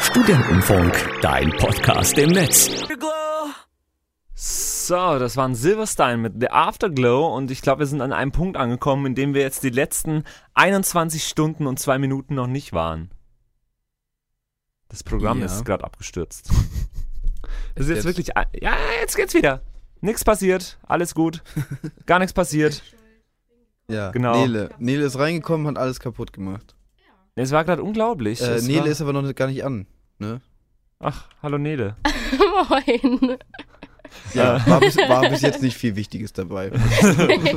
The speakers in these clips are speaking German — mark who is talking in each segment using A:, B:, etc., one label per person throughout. A: Studentenfunk, dein Podcast im Netz.
B: So, das waren Silverstein mit The Afterglow und ich glaube, wir sind an einem Punkt angekommen, in dem wir jetzt die letzten 21 Stunden und zwei Minuten noch nicht waren. Das Programm
C: Ja.
B: ist gerade abgestürzt. Es ist jetzt
C: jetzt?
B: wirklich. ein- Ja, jetzt geht's wieder. Nichts passiert, alles gut. Gar nichts passiert.
C: Ja,
B: Genau.
C: Nele. Nele ist reingekommen, hat alles kaputt gemacht.
B: Es war gerade unglaublich.
C: Äh,
B: Es
C: Nele
B: war,
C: ist aber noch nicht- gar nicht an. Ne?
B: ach, hallo Nele.
D: Moin.
C: Ja, war, bis, war bis jetzt nicht viel Wichtiges dabei.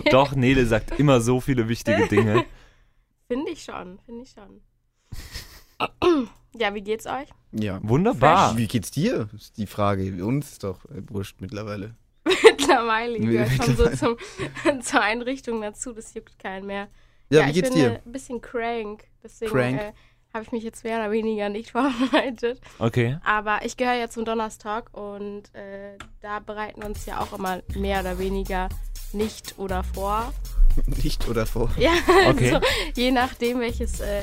B: Doch, Nele sagt immer so viele wichtige Dinge.
D: Finde ich schon, finde ich schon. ja, wie geht's euch?
C: Ja.
B: Wunderbar.
C: Wie geht's dir? Ist die Frage. Uns ist doch äh, wurscht mittlerweile.
D: Mittlerweile gehört schon so
C: Mittlerweile.
D: zum, zur Einrichtung dazu, das juckt keinen mehr.
C: Ja, wie geht's
D: ich bin
C: dir?
D: äh, ein bisschen crank, deswegen
C: Crank?
D: äh, habe ich mich jetzt mehr oder weniger nicht vorbereitet.
B: Okay.
D: Aber ich gehöre ja zum Donnerstalk und äh, da bereiten uns ja auch immer mehr oder weniger nicht oder vor.
C: Nicht oder vor?
D: Ja,
B: Okay.
D: also je nachdem welches äh,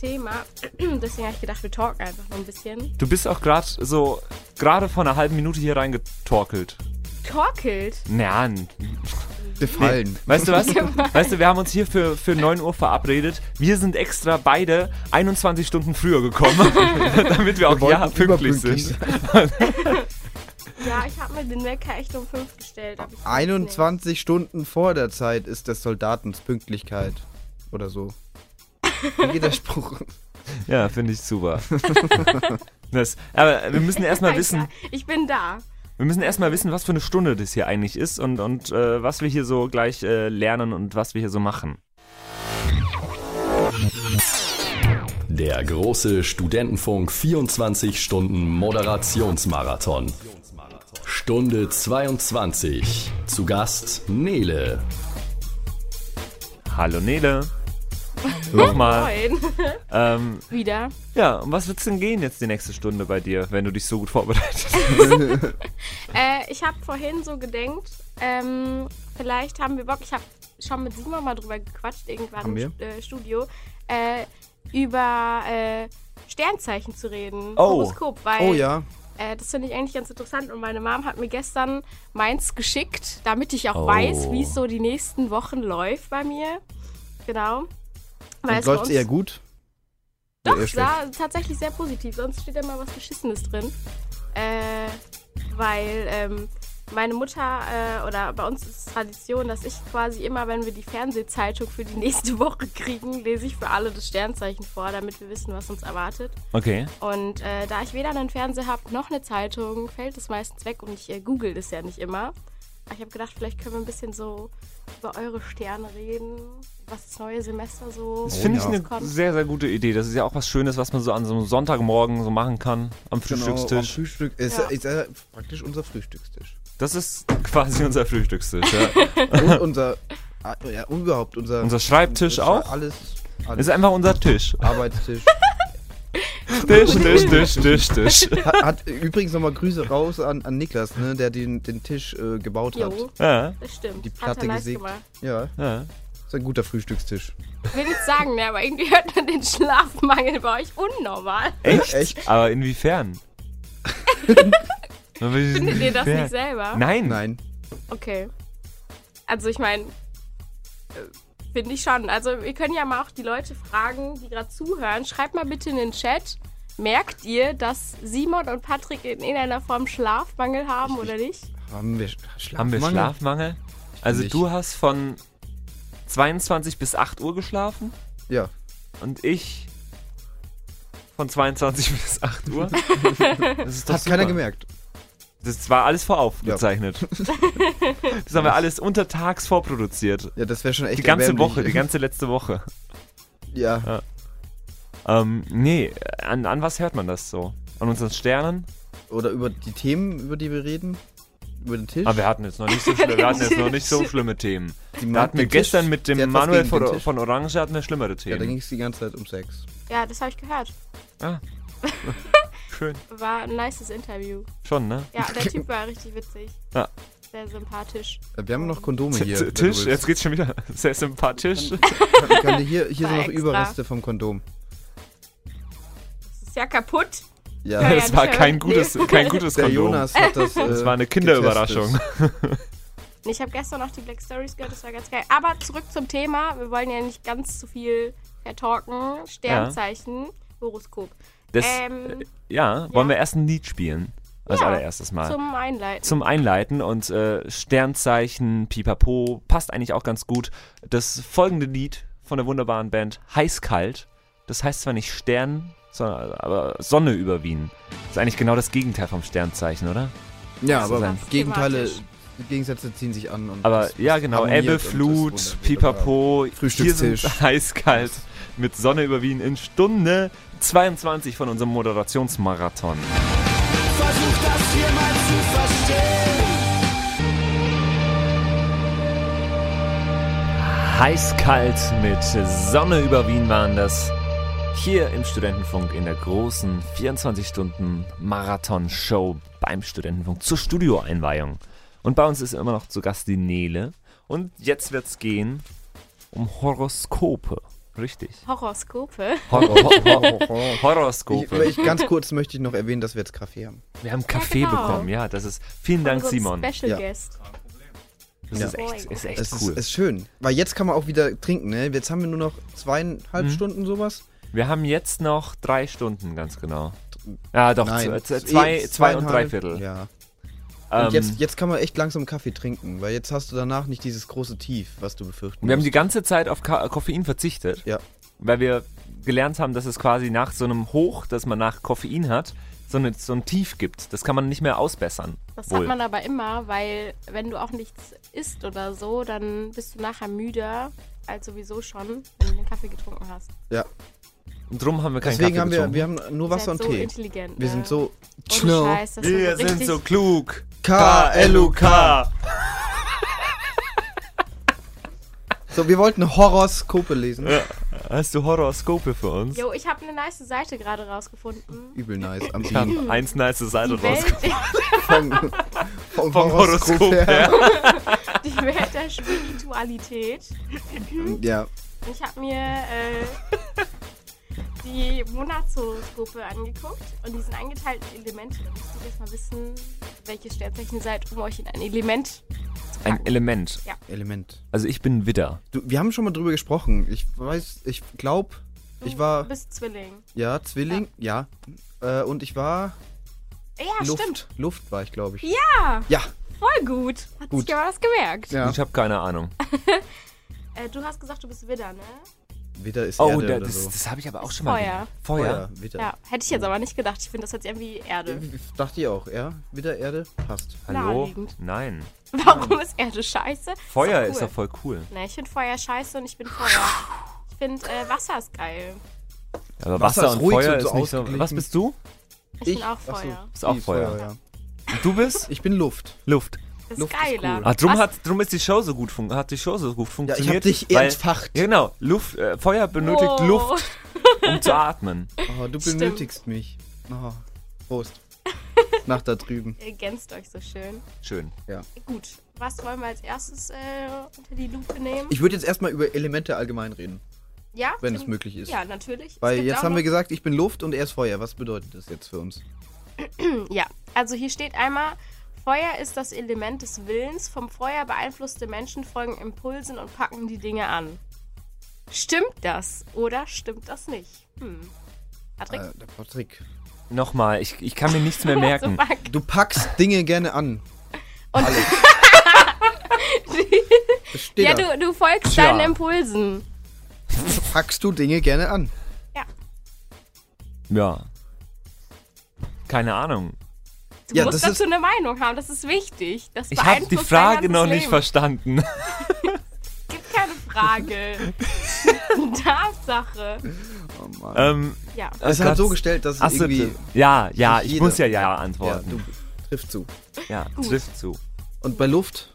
D: Thema. Deswegen habe ich gedacht, wir talken einfach noch ein bisschen.
B: Du bist auch gerade so, gerade vor einer halben Minute hier reingetorkelt.
D: Torkelt.
B: Naja,
C: Gefallen.
B: Weißt du was? Weißt du, wir haben uns hier für, für 9 Uhr verabredet. Wir sind extra beide 21 Stunden früher gekommen, damit wir auch ja,
C: wollten
B: pünktlich
C: überpünktlich
B: sind.
D: Ja, ich habe mir den Wecker echt um fünf gestellt. aber ich weiß
C: 21 Stunden vor der Zeit ist des Soldatens Pünktlichkeit. Oder so. Wie geht der Spruch?
B: Ja, finde ich super. Das, aber wir müssen
D: nicht.
B: erstmal wissen,
D: Ich bin da.
B: wir müssen erstmal wissen, was für eine Stunde das hier eigentlich ist und, und äh, was wir hier so gleich äh, lernen und was wir hier so machen.
A: Der große Studentenfunk 24 Stunden Moderationsmarathon. Stunde 22. Zu Gast Nele.
B: Hallo Nele. Nochmal.
D: Moin.
B: Ähm,
D: Wieder.
B: ja, um was wird's denn gehen jetzt die nächste Stunde bei dir, wenn du dich so gut vorbereitet hast?
D: Äh, ich habe vorhin so gedenkt, ähm, vielleicht haben wir Bock, ich habe schon mit Simon mal drüber gequatscht, irgendwann
C: Haben
D: im Stu- äh, Studio, äh, über äh, Sternzeichen zu reden.
B: Oh.
D: Horoskop, weil
C: Oh ja.
D: Äh, das finde ich eigentlich ganz interessant und meine Mom hat mir gestern meins geschickt, damit ich auch
C: Oh.
D: weiß, wie es so die nächsten Wochen läuft bei mir. Genau.
C: Und
D: bei
C: läuft's
D: uns-
C: eher gut?
D: Doch,
C: Eher
D: es
C: schlecht?
D: war tatsächlich sehr positiv. Sonst steht da mal was Beschissenes drin. Äh, weil ähm, meine Mutter äh, oder bei uns ist es Tradition, dass ich quasi immer, wenn wir die Fernsehzeitung für die nächste Woche kriegen, lese ich für alle das Sternzeichen vor, damit wir wissen, was uns erwartet.
B: Okay.
D: Und äh, da ich weder einen Fernseher habe noch eine Zeitung, fällt es meistens weg und ich äh, google das ja nicht immer. Aber ich habe gedacht, vielleicht können wir ein bisschen so über eure Sterne reden, was das neue Semester so
B: Das finde ich
C: ja.
B: eine
D: rauskommt.
B: sehr, sehr gute Idee. Das ist ja auch was Schönes, was man so an so einem Sonntagmorgen so machen kann, am
C: Genau, am
B: Frühstückstisch.
C: Frühstück. Ist,
D: Ja.
C: ist äh, praktisch unser Frühstückstisch.
B: Das ist quasi unser Frühstückstisch. Ja.
C: Und unser. ah, Ja, überhaupt unser.
B: unser Schreibtisch
C: unser-
B: auch.
C: Alles. alles
B: Ist einfach unser Tisch.
C: Arbeitstisch.
B: Tisch, Tisch, Tisch, Tisch, Tisch.
C: hat, hat übrigens nochmal Grüße raus an, an Niklas, ne, der den, den Tisch äh, gebaut hat.
D: Jo,
B: Ja,
D: das stimmt.
C: Die
D: Hat
C: Platte
D: er nice
C: gesägt.
D: gemacht.
C: Ja,
B: ja.
C: ist ein guter Frühstückstisch.
D: Will nichts sagen, ne, aber irgendwie hört man den Schlafmangel bei euch unnormal.
B: Echt?
C: Echt?
B: Aber inwiefern? Findet
D: Findet ihr das nicht selber?
B: Nein.
C: Nein.
D: Okay. Also ich meine, äh, finde ich schon. Also wir können ja mal auch die Leute fragen, die gerade zuhören. Schreibt mal bitte in den Chat. Merkt ihr, dass Simon und Patrick in irgendeiner Form Schlafmangel haben oder nicht?
C: Haben wir Schlafmangel?
B: Haben wir Schlafmangel? Also
C: Nicht.
B: du hast von 22 bis 8 Uhr geschlafen
C: Ja.
B: und ich von 22 bis 8 Uhr. Das ist doch
C: Hat keiner
B: super.
C: gemerkt.
B: Das war alles vorauf gezeichnet. Das haben wir alles untertags vorproduziert.
C: Ja, das wäre schon echt
B: Die ganze
C: erbärmlich.
B: Woche, die ganze letzte Woche.
C: Ja.
B: Ähm, nee, an, an was hört man das so? An unseren Sternen?
C: Oder über die Themen, über die wir reden. Über den Tisch.
B: Aber Ah, wir hatten jetzt noch nicht so, schlimm, wir hatten jetzt noch nicht so schlimme Themen. Da
C: Die mag
B: hatten wir
C: den Tisch.
B: gestern mit
C: Der
B: dem
C: hat was
B: Manuel
C: gegen den
B: von,
C: Tisch.
B: von Orange hatten wir schlimmere
C: Ja, da
B: Themen.
C: ging es die ganze Zeit um Sex.
D: Ja, das habe ich gehört.
B: Schön.
D: War ein nices Interview.
B: Schon, ne?
D: Ja, der Typ war richtig witzig.
B: Ja.
D: Sehr sympathisch.
C: Äh, Wir haben noch Kondome hier. wenn du
B: Tisch,
C: willst.
B: jetzt geht's schon wieder sehr sympathisch.
C: Ich kann dir hier, hier
D: War
C: sind noch
D: extra.
C: Überreste vom Kondom.
D: Das ist ja kaputt.
C: Ja,
D: Ja, ja,
B: Das war
D: sure.
B: kein gutes,
D: Nee.
B: kein gutes
C: der
B: Kondom.
C: Jonas hat das. Äh,
B: Das war eine Kinderüberraschung.
C: getestet.
D: Nee, Ich habe gestern noch die Black Stories gehört, das war ganz geil. Aber zurück zum Thema. Wir wollen ja nicht ganz zu viel vertalken. Sternzeichen, Horoskop.
B: Das,
D: Ähm,
B: äh, ja, wollen wir erst ein Lied spielen? Als
D: Ja,
B: allererstes Mal.
D: Zum Einleiten.
B: Äh, zum Einleiten und äh, Sternzeichen, Pipapo, passt eigentlich auch ganz gut. Das folgende Lied von der wunderbaren Band Heißkalt, das heißt zwar nicht Stern, sondern aber Sonne über Wien. Ist eigentlich genau das Gegenteil vom Sternzeichen, oder?
C: Ja,
B: Das
C: aber
B: ist
D: ein-
C: Gegenteile,
D: Thematisch.
C: Gegensätze ziehen sich an. Und
B: Aber
C: das-
B: ja,
C: das
B: genau,
C: harmoniert und
B: Ebbe,
C: das ist
B: Flut,
C: wunderbar.
B: Pipapo, hier
C: Frühstückstisch.
B: sind Heißkalt mit Sonne über Wien in Stunde 22 von unserem Moderationsmarathon. Heißkalt mit Sonne über Wien waren das. Hier im Studentenfunk in der großen 24-Stunden-Marathon-Show beim Studentenfunk zur Studioeinweihung. Und bei uns ist immer noch zu Gast die Nele. Und jetzt wird's gehen um Horoskope. Richtig.
D: Horoskope.
B: Hor Hor Hor
C: Oh. Ich,
B: Horoskope.
C: ich, ganz kurz möchte ich noch erwähnen, dass wir jetzt Kaffee haben.
B: Wir haben Kaffee
D: genau.
B: bekommen, ja. Das ist. Vielen Dank,
D: Unseren
B: Simon.
D: Special
C: Ja.
D: Guest.
B: Das
D: Ja.
B: ist echt, ist echt
C: Es
B: cool.
C: ist, ist schön. Weil jetzt kann man auch wieder trinken, ne? Jetzt haben wir nur noch zweieinhalb
B: Mhm.
C: Stunden sowas.
B: Wir haben jetzt noch drei Stunden, ganz genau. Ja, doch,
C: Nein,
B: z- z-
C: eh,
B: zwei, zwei und
C: zweieinhalb.
B: drei Viertel.
C: Ja.
B: Ähm,
C: Und jetzt, jetzt kann man echt langsam Kaffee trinken, weil jetzt hast du danach nicht dieses große Tief, was du befürchten
B: wir haben die
C: musst.
B: ganze Zeit auf Ka Koffein verzichtet,
C: Ja.
B: weil wir gelernt haben, dass es quasi nach so einem Hoch, das man nach Koffein hat, so, eine, so ein Tief gibt. Das kann man nicht mehr ausbessern.
D: Das
B: Wohl.
D: hat man aber immer, weil wenn du auch nichts isst oder so, dann bist du nachher müder als sowieso schon, wenn du den Kaffee getrunken hast.
C: ja.
B: Und drum haben wir keinen
C: Deswegen
B: Kaffee
C: haben wir,
B: getrunken.
C: wir haben nur Wasser
D: Ihr
C: und
D: seid so
C: Tee.
D: intelligent.
C: Wir
D: ne?
C: sind so
D: Ohne Scheiß, das
B: wir
D: ist so
B: sind
D: richtig
B: so klug.
C: K-L-U-K. So, wir wollten Horoskope lesen.
B: Hast du Horoskope für uns?
D: Jo, ich habe eine nice Seite gerade rausgefunden.
C: Übel nice. Am
B: Ich habe eins nice Seite
D: Mhm. Die
B: raus.
D: Welt,
C: vom, vom,
B: Vom
C: Horoskop
B: Horoskop
C: her.
B: her.
D: die Welt der Spiritualität.
C: Ja.
D: Und Ich habe mir äh, die Monatshoroskope angeguckt und die sind eingeteilt in Elemente. Da müsst ihr jetzt mal wissen, welches Sternzeichen ihr seid, um euch in ein Element zu packen.
B: Ein Element.
C: Element.
B: Also ich bin Widder.
C: Du, wir haben schon mal drüber gesprochen. Ich weiß, ich glaube, ich war
D: Du bist Zwilling.
C: ja Zwilling, ja. Äh, und ich war
D: Ja,
C: Luft.
D: stimmt.
C: Luft war ich, glaube ich.
D: Ja,
C: Ja.
D: voll gut. Hat
C: Gut.
D: sich ja was gemerkt.
C: Ja.
B: Ich habe keine Ahnung.
D: Äh, du hast gesagt, du bist Widder, ne?
C: Widder ist
B: Oh,
C: Erde
B: da,
C: oder
B: das,
C: so.
B: das habe ich aber auch schon
D: Feuer.
B: mal. gesehen. Feuer.
C: Feuer, Widder.
D: Ja. Hätte ich jetzt aber nicht gedacht. Ich finde, das hat sich irgendwie Erde.
C: Dachte ich auch, ja. Widder, Erde, passt.
B: Hallo?
D: Naheliegend.
B: Nein.
D: Warum ist Erde scheiße?
B: Feuer
D: doch
B: ist
D: cool.
B: doch voll cool.
D: Ne, ich finde Feuer scheiße und ich bin Feuer. Ich finde äh, Wasser ist geil.
B: Aber
C: Wasser
B: Wasser,
C: ist
B: und
C: ruhig
B: Feuer
C: und so
B: ist nicht so.
C: ausgeglichen.
B: Was bist du?
D: Ich, bin auch
C: ach so,
D: Feuer.
B: Ist auch
C: die
B: Feuer.
C: ja.
B: Und du bist?
C: Ich bin Luft.
B: Luft.
D: Das
C: Luft
D: ist
C: ist
D: geiler.
C: cool.
B: Ah, drum,
D: Was?
B: hat, drum ist die Show so gut, fun hat die Show so gut
C: Ja,
B: funktioniert.
C: ich hab dich
B: weil-
C: entfacht.
B: Ja, genau. Luft, äh, Feuer benötigt
D: Wow.
B: Luft, um zu atmen.
C: Oh, du
D: Stimmt.
C: benötigst mich. Oh, Prost. Nach da drüben.
D: Ihr ergänzt euch so schön.
B: Schön.
D: Gut, was wollen wir als erstes äh, unter die Lupe nehmen?
C: Ich würde jetzt erstmal über Elemente allgemein reden,
D: ja?
C: wenn es
D: find-
C: möglich ist.
D: Ja, natürlich. Es
C: Weil
D: gibt
C: jetzt
D: auch
C: haben wir
D: noch-
C: gesagt, ich bin Luft und er ist Feuer. Was bedeutet das jetzt für uns?
D: Ja, also hier steht einmal, Feuer ist das Element des Willens. Vom Feuer beeinflusste Menschen folgen Impulsen und packen die Dinge an. Stimmt das oder stimmt das nicht? Hm. Patrick?
C: Äh, der Patrick.
B: Nochmal, ich, ich kann mir nichts mehr
D: So,
B: merken.
D: fuck.
C: Du packst Dinge gerne an.
D: Und-
C: Alle. Das steht
D: Ja,
C: da.
D: du, du folgst
B: Tja.
D: deinen Impulsen.
C: packst du Dinge gerne an.
B: Ja. Keine Ahnung.
D: Du
C: Ja,
D: musst
C: das ist-
D: dazu eine Meinung haben, das ist wichtig. Das
B: Ich habe die
D: beeinflusst dein
B: Frage
D: ganzes
B: noch nicht
D: Leben.
B: verstanden.
D: Es gibt keine Frage. Tatsache.
C: Oh Mann.
B: ähm,
D: Ja.
C: es
B: oh
C: ist halt
B: Gott.
C: so gestellt, dass es
B: Ach so,
C: irgendwie.
B: ja, ja, ich
C: jeder-
B: muss ja ja
C: Ja,
B: antworten.
C: du trifft zu.
B: Ja, trifft zu.
C: Und bei Luft,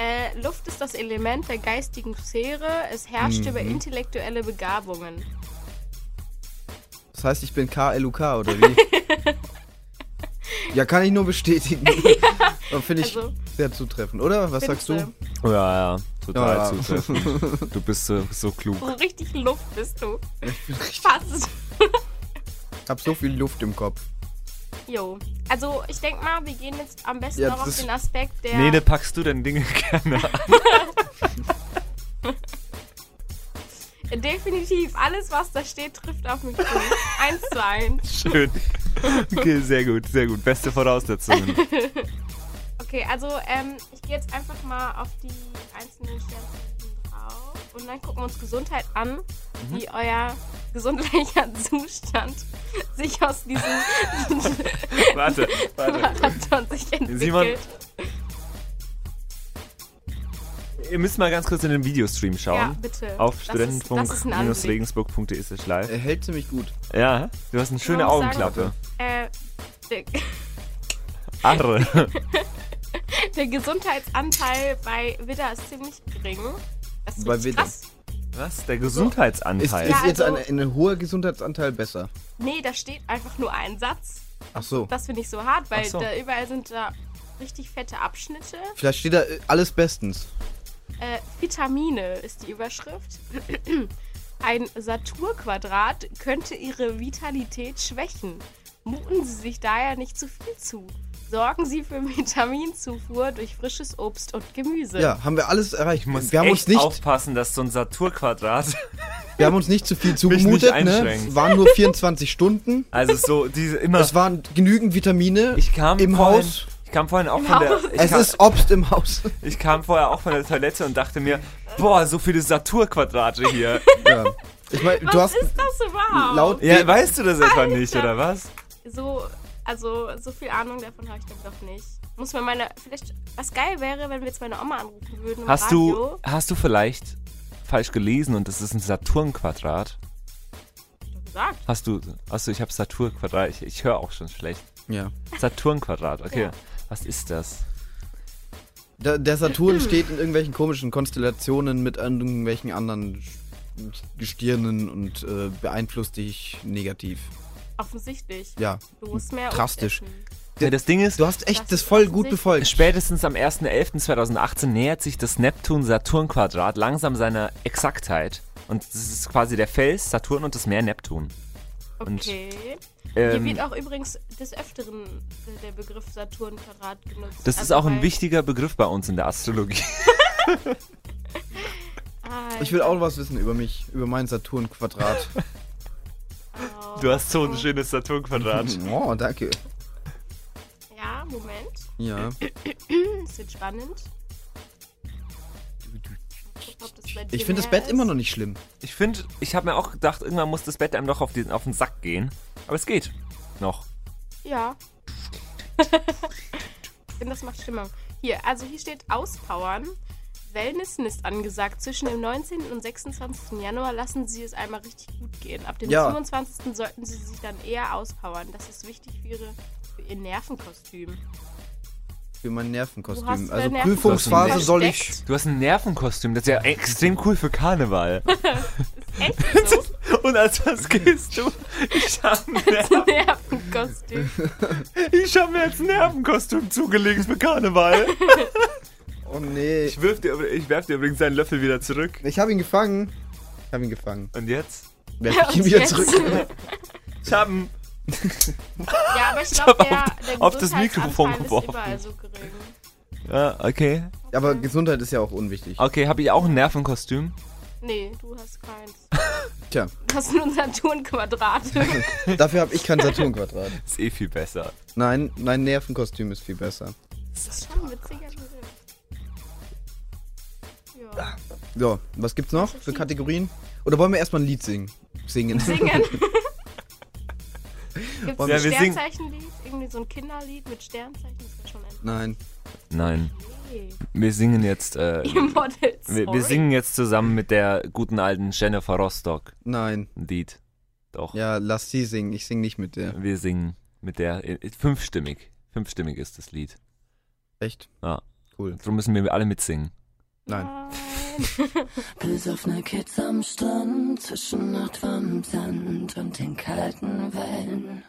D: Äh, Luft ist das Element der geistigen Sphäre. Es herrscht über
C: Mhm.
D: intellektuelle Begabungen.
C: das heißt, ich bin KLUK oder wie? ja, kann ich nur bestätigen. ja, Finde ich
D: also-
C: sehr zutreffend, oder? Was sagst du?
D: Findste.
B: Ja, ja, total
C: Ja, ja.
B: zutreffend. Du bist so, so klug.
D: So richtig Luft bist du. Passt.
C: Ich hab so viel Luft im Kopf.
D: Jo. Also ich denke mal, wir gehen jetzt am besten
C: Ja,
D: noch
C: das
D: auf
C: ist-
D: den Aspekt der.
B: Nele, packst du denn Dinge gerne an?
D: Definitiv, alles was da steht, trifft auf mich zu. eins zu eins.
B: Schön. Okay, sehr gut, sehr gut. Beste Voraussetzungen.
D: Okay, also ähm, ich gehe jetzt einfach mal auf die einzelnen Sternzeichen drauf und dann gucken wir uns Gesundheit an,
B: Mhm.
D: wie euer gesundheitlicher Zustand sich aus diesem
B: Warte, warte.
D: Marathon sich entwickelt.
B: Simon, Ihr müsst mal ganz kurz in den Videostream
D: ja,
B: schauen.
D: bitte.
B: Auf
D: Das ist- das ist ein Anblick.
B: studentenfunk-regensburg.de slash live.
C: Er Äh, hält ziemlich gut.
B: Ja, du hast eine schöne
D: muss sagen-
B: Augenklappe.
D: Äh, der,
B: Arre.
D: der Gesundheitsanteil bei Widder ist ziemlich gering. Das ist
C: Bei
D: richtig
C: Widder.
D: krass.
B: Was? Der
C: Ist,
B: Gesundheitsanteil.
C: ist
D: Ja,
C: jetzt ein,
D: also-
C: ein hoher Gesundheitsanteil besser?
D: Nee, da steht einfach nur ein Satz.
C: Ach so.
D: Das finde ich so hart, weil
B: Ach so.
D: da überall sind da richtig fette Abschnitte.
C: Vielleicht steht da äh, alles bestens.
D: Äh, Vitamine ist die Überschrift. Ein Saturquadrat könnte ihre Vitalität schwächen. Muten Sie sich daher nicht zu viel zu. Sorgen Sie für Vitaminzufuhr durch frisches Obst und Gemüse.
C: Ja, haben wir alles erreicht.
B: Ich muss
C: wir, haben
B: echt
C: uns nicht,
B: aufpassen, dass so ein Saturquadrat,
C: wir haben uns nicht zu viel zugemutet, ne?
B: einschränkt.
C: Es waren nur 24 Stunden.
B: also so diese immer.
C: Es waren genügend Vitamine
B: Ich kam
C: im
B: vorhin,
C: Haus.
B: Ich kam vorhin auch von der. Ich
C: Es
B: kam,
C: ist Obst im Haus.
B: ich kam vorher auch von der Toilette und dachte mir, boah, so viele Saturquadrate hier.
C: ja. Ich meine,
D: Was
C: du hast
D: ist das überhaupt?
C: laut
B: Ja, weißt du das etwa nicht, oder was?
D: so, also so viel Ahnung davon habe ich dann doch nicht. Muss man meine, vielleicht, was geil wäre, wenn wir jetzt meine Oma anrufen würden im
B: Hast du,
D: Radio.
B: hast du vielleicht falsch gelesen und das ist ein Saturnquadrat?
D: Du? Gesagt.
B: Hast du, achso, ich habe Saturnquadrat, ich, ich höre auch schon schlecht.
C: Ja.
B: Saturnquadrat, okay.
D: Ja.
B: Was ist das?
C: Der, der
D: Hm.
C: Saturn steht in irgendwelchen komischen Konstellationen mit irgendwelchen anderen Gestirnen und äh, beeinflusst dich negativ.
D: Offensichtlich.
C: Ja.
D: Du musst mehr Obst
C: Drastisch.
D: essen.
B: Ja, das Ding ist,
C: Du hast echt
D: Das
C: das
D: ist
C: voll gut
D: offensichtlich.
C: befolgt.
B: Spätestens am 1.11.2018 nähert sich das Neptun-Saturn-Quadrat langsam seiner Exaktheit. Und das ist quasi der Fels, Saturn und das Meer Neptun. Und,
D: Okay. Hier
B: Ähm,
D: wird auch übrigens des Öfteren äh, der Begriff Saturn-Quadrat genutzt.
B: das ist
D: Also
B: auch ein
D: weil-
B: wichtiger Begriff bei uns in der Astrologie.
D: Ah,
C: Ich will auch was wissen über mich, über meinen Saturn-Quadrat.
D: genau.
B: Du hast so ein schönes Saturn-Quadrat.
C: oh, danke.
D: Ja, Moment.
C: Ja.
D: Es wird spannend. Ich, ob das bei dir
C: Ich finde das
D: mehr
C: Bett immer noch nicht schlimm.
B: Ich finde, ich habe mir auch gedacht, irgendwann muss das Bett einem doch auf, diesen, auf den Sack gehen. Aber es geht. Noch.
D: ist. Ja. ich finde, das macht Stimmung. Hier, also hier steht Auspowern. Wellnessen ist angesagt. Zwischen dem 19. und 26. Januar lassen Sie es einmal richtig gut gehen. Ab dem
C: Ja.
D: 27. sollten Sie sich dann eher auspowern. Das ist wichtig für, ihre, für Ihr Nervenkostüm.
C: Für mein
D: Du hast
C: Nervenkostüm.
D: dein
C: Also
D: Nervenkostüm
C: Prüfungsphase soll ich.
D: versteckt.
B: Du hast ein Nervenkostüm, das ist ja extrem cool für Karneval.
D: Echt so?
B: Und als was gehst du? Ich habe Nerven.
D: Nervenkostüm.
B: Ich habe mir jetzt ein Nervenkostüm zugelegt für Karneval.
C: Oh nee.
B: Ich, wirf dir, ich werf dir übrigens deinen Löffel wieder zurück.
C: Ich habe ihn gefangen. Ich habe ihn gefangen.
B: Und jetzt?
C: Werf ich ihn
D: Und
C: wieder
D: jetzt-
C: zurück.
B: Ich habe ihn.
D: Ja, aber ich glaube,
B: Ich
D: der,
B: hab auf-
D: der
B: auf das
D: Gesundheitsanteil
B: Mikrofon
D: ist
B: geworfen.
D: überall so gering.
B: Ja, okay.
C: Aber Gesundheit ist ja auch unwichtig.
B: Okay, habe ich auch ein Nervenkostüm?
D: Nee, du hast keins.
C: Tja,
D: Du hast nur Saturnquadrate.
C: dafür habe ich kein Saturn-Quadrat.
B: Ist eh viel besser.
C: Nein, mein Nervenkostüm ist viel besser.
D: Das ist schon ein witziger Begriff. Ja.
C: So, was gibt's noch für Kategorien? Oder wollen wir erstmal ein Lied singen? Singen.
D: Singen. Gibt
B: Ja, wir
D: es ein
B: singen-
D: Sternzeichenlied? Irgendwie so ein Kinderlied mit Sternzeichen? Das wäre schon ein
C: Nein.
B: Nein,
D: Nee.
B: wir singen jetzt. Äh,
D: Ihr Models.
B: wir, wir singen jetzt zusammen mit der guten alten Jennifer Rostock
C: Nein.
B: ein Lied. Doch.
C: Ja, lass sie singen. Ich sing nicht mit der.
B: Wir singen mit der. äh, Fünfstimmig. Fünfstimmig ist das Lied.
C: Echt?
B: Ja.
C: Cool.
B: Darum müssen wir alle mitsingen.
D: Äh,
C: Nein.
E: Besoffene ne Kids am Strand, zwischen nachtwarmem Sand und den kalten Wellen.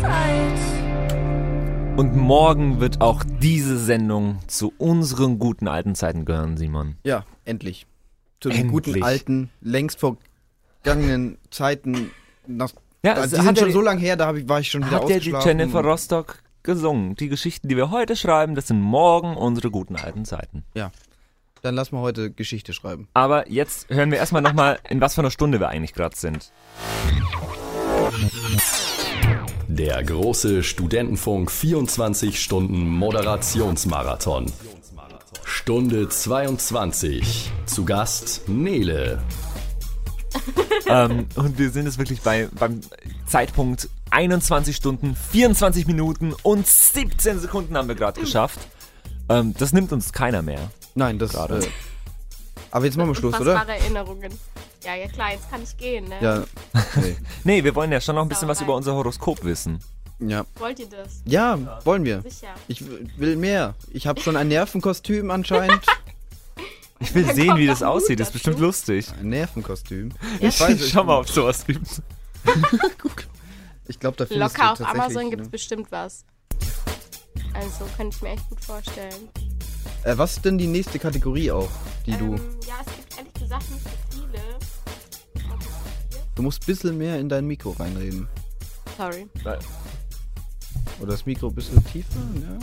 E: Zeit.
B: Und morgen wird auch diese Sendung zu unseren guten alten Zeiten gehören, Simon.
C: Ja, endlich. Zu den
B: Endlich.
C: guten alten, längst vergangenen Zeiten, nach
B: Ja,
C: Das
B: es-
C: die sind
B: er
C: schon
B: die-
C: so lange her, da hab ich, war ich schon wieder
B: hat ja die
C: ausgeschlafen.
B: Jennifer Rostock gesungen. Die Geschichten, die wir heute schreiben, das sind morgen unsere guten alten Zeiten.
C: Ja. Dann lass mal heute Geschichte schreiben.
B: Aber jetzt hören wir erstmal nochmal, in was für einer Stunde wir eigentlich gerade sind.
A: Der große Studentenfunk 24 Stunden Moderationsmarathon. Stunde 22. Zu Gast Nele.
B: ähm, und wir sind jetzt wirklich bei, beim Zeitpunkt 21 Stunden, 24 Minuten und 17 Sekunden haben wir gerade geschafft. Ähm, das nimmt uns keiner mehr.
C: Nein, das. Äh, aber jetzt machen wir Schluss, oder?
D: Unfassbare Erinnerungen. Ja, ja klar, jetzt kann ich gehen, ne?
C: Ja. Nee.
B: Nee, wir wollen ja schon noch ein bisschen was
D: Sauerei.
B: über unser Horoskop wissen.
C: ja.
D: Wollt ihr das?
C: Ja, wollen wir.
D: Sicher.
C: Ich w- will mehr. Ich habe schon ein Nervenkostüm anscheinend.
B: Ich will
D: Dann
B: sehen,
D: kommt
B: wie
D: noch
B: das
D: ein Hut
B: aussieht. Das ist
D: dazu.
B: bestimmt lustig.
C: Ein Nervenkostüm.
B: Ich
C: weiß es
B: schau mal, ob es sowas gibt.
C: Ich glaube, da findest
D: Locker auf
C: du tatsächlich,
D: Amazon gibt's
C: ne?
D: bestimmt was. Also könnte ich mir echt gut vorstellen.
C: äh, Was ist denn die nächste Kategorie auch, die du...
D: Ähm, ja, es gibt ehrlich gesagt nicht so viele.
C: Du musst ein bisschen mehr in dein Mikro reinreden.
D: Sorry.
C: Oder das Mikro ein bisschen tiefer, ja.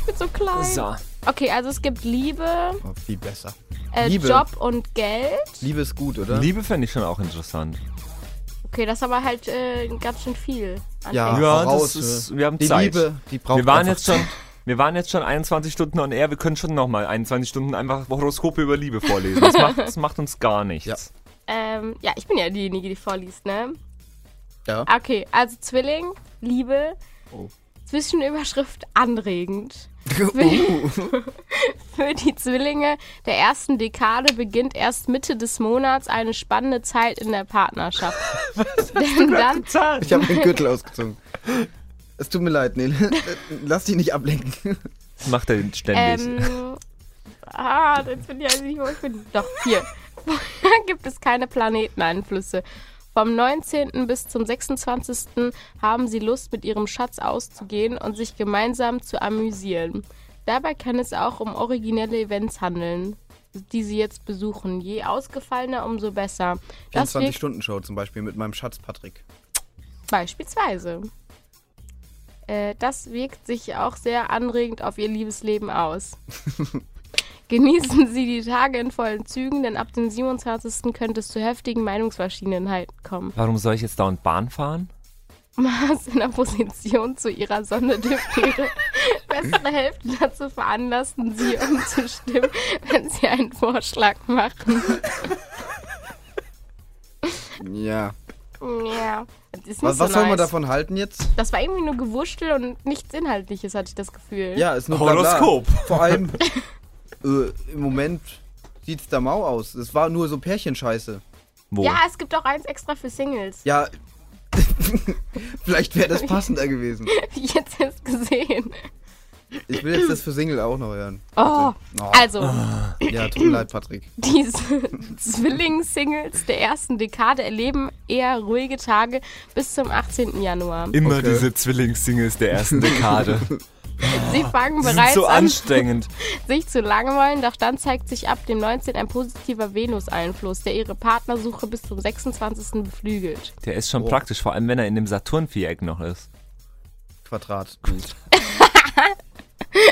D: Ich bin so klein.
B: So.
D: Okay, also es gibt Liebe,
C: Oh, viel besser.
D: äh,
C: Liebe.
D: Job und Geld.
C: Liebe ist gut, oder?
B: Liebe fände ich schon auch interessant.
D: Okay, das ist aber halt äh, ganz schön viel. an
C: ja,
D: Dingen.
B: Ja,
C: voraus,
B: das ist-
C: ne?
B: wir haben
C: die
B: Zeit.
C: Liebe, die braucht
B: Wir waren
C: einfach
B: jetzt schon, wir waren jetzt schon 21 Stunden on air. Wir können schon nochmal 21 Stunden einfach Horoskope über Liebe vorlesen. Das macht, das macht uns gar nichts.
D: Ähm, ja, ich bin ja diejenige, die vorliest, ne?
C: Ja.
D: Okay, also Zwilling, Liebe,
C: Oh.
D: Zwischenüberschrift anregend.
C: Uh,
D: Für die Zwillinge der ersten Dekade beginnt erst Mitte des Monats eine spannende Zeit in der Partnerschaft. Denn dann
B: Ja.
C: ich habe den Gürtel ausgezogen. Es tut mir leid, Nele. Lass dich nicht ablenken.
B: Das macht er ständig.
D: Ähm, ah, jetzt bin ich also nicht, wo ich bin. Doch, hier. Vorher gibt es keine Planeteneinflüsse. Vom 19. bis zum 26. haben sie Lust, mit ihrem Schatz auszugehen und sich gemeinsam zu amüsieren. Dabei kann es auch um originelle Events handeln, die sie jetzt besuchen. Je ausgefallener, umso besser. Das wirkt
C: 24-Stunden-Show zum Beispiel mit meinem Schatz Patrick.
D: Beispielsweise. Äh, das wirkt sich auch sehr anregend auf ihr Liebesleben aus. Genießen Sie die Tage in vollen Zügen, denn ab dem 27. könnte es zu heftigen Meinungsverschiedenheiten kommen.
B: Warum soll ich jetzt dauernd Bahn fahren?
D: Mars in der Position zu ihrer Sonne dürfte ihre bessere Hälfte dazu veranlassen, sie umzustimmen, wenn sie einen Vorschlag machen.
C: Ja.
D: Ja, das ist nicht
C: Was,
D: so
C: was soll man
D: nice.
C: davon halten jetzt?
D: Das war irgendwie nur Gewurschtel und nichts Inhaltliches, hatte ich das Gefühl.
C: Ja, ist nur bla bla.
B: Horoskop.
C: Vor allem, äh, im Moment sieht's da mau aus. Es war nur so Pärchenscheiße.
B: Wo?
D: Ja, es gibt auch eins extra für Singles.
C: Ja, vielleicht wäre das passender gewesen.
D: Wie ich jetzt erst gesehen.
C: Ich will jetzt das für Single auch noch hören.
D: Oh.
C: Oh,
D: Also,
C: ja, tut mir leid, Patrick.
D: diese Zwilling-Singles der ersten Dekade erleben eher ruhige Tage bis zum 18. Januar.
B: Immer
C: Okay.
B: diese Zwillingssingles der ersten Dekade.
D: Sie fangen
B: Die Ah, sind
D: bereits
B: so
D: an,
B: anstrengend.
D: sich zu langweilen, doch dann zeigt sich ab dem 19. ein positiver Venus-Einfluss, der ihre Partnersuche bis zum 26. beflügelt.
B: Der ist schon praktisch, vor allem wenn er in dem Saturn-Viereck noch ist.
C: Quadrat.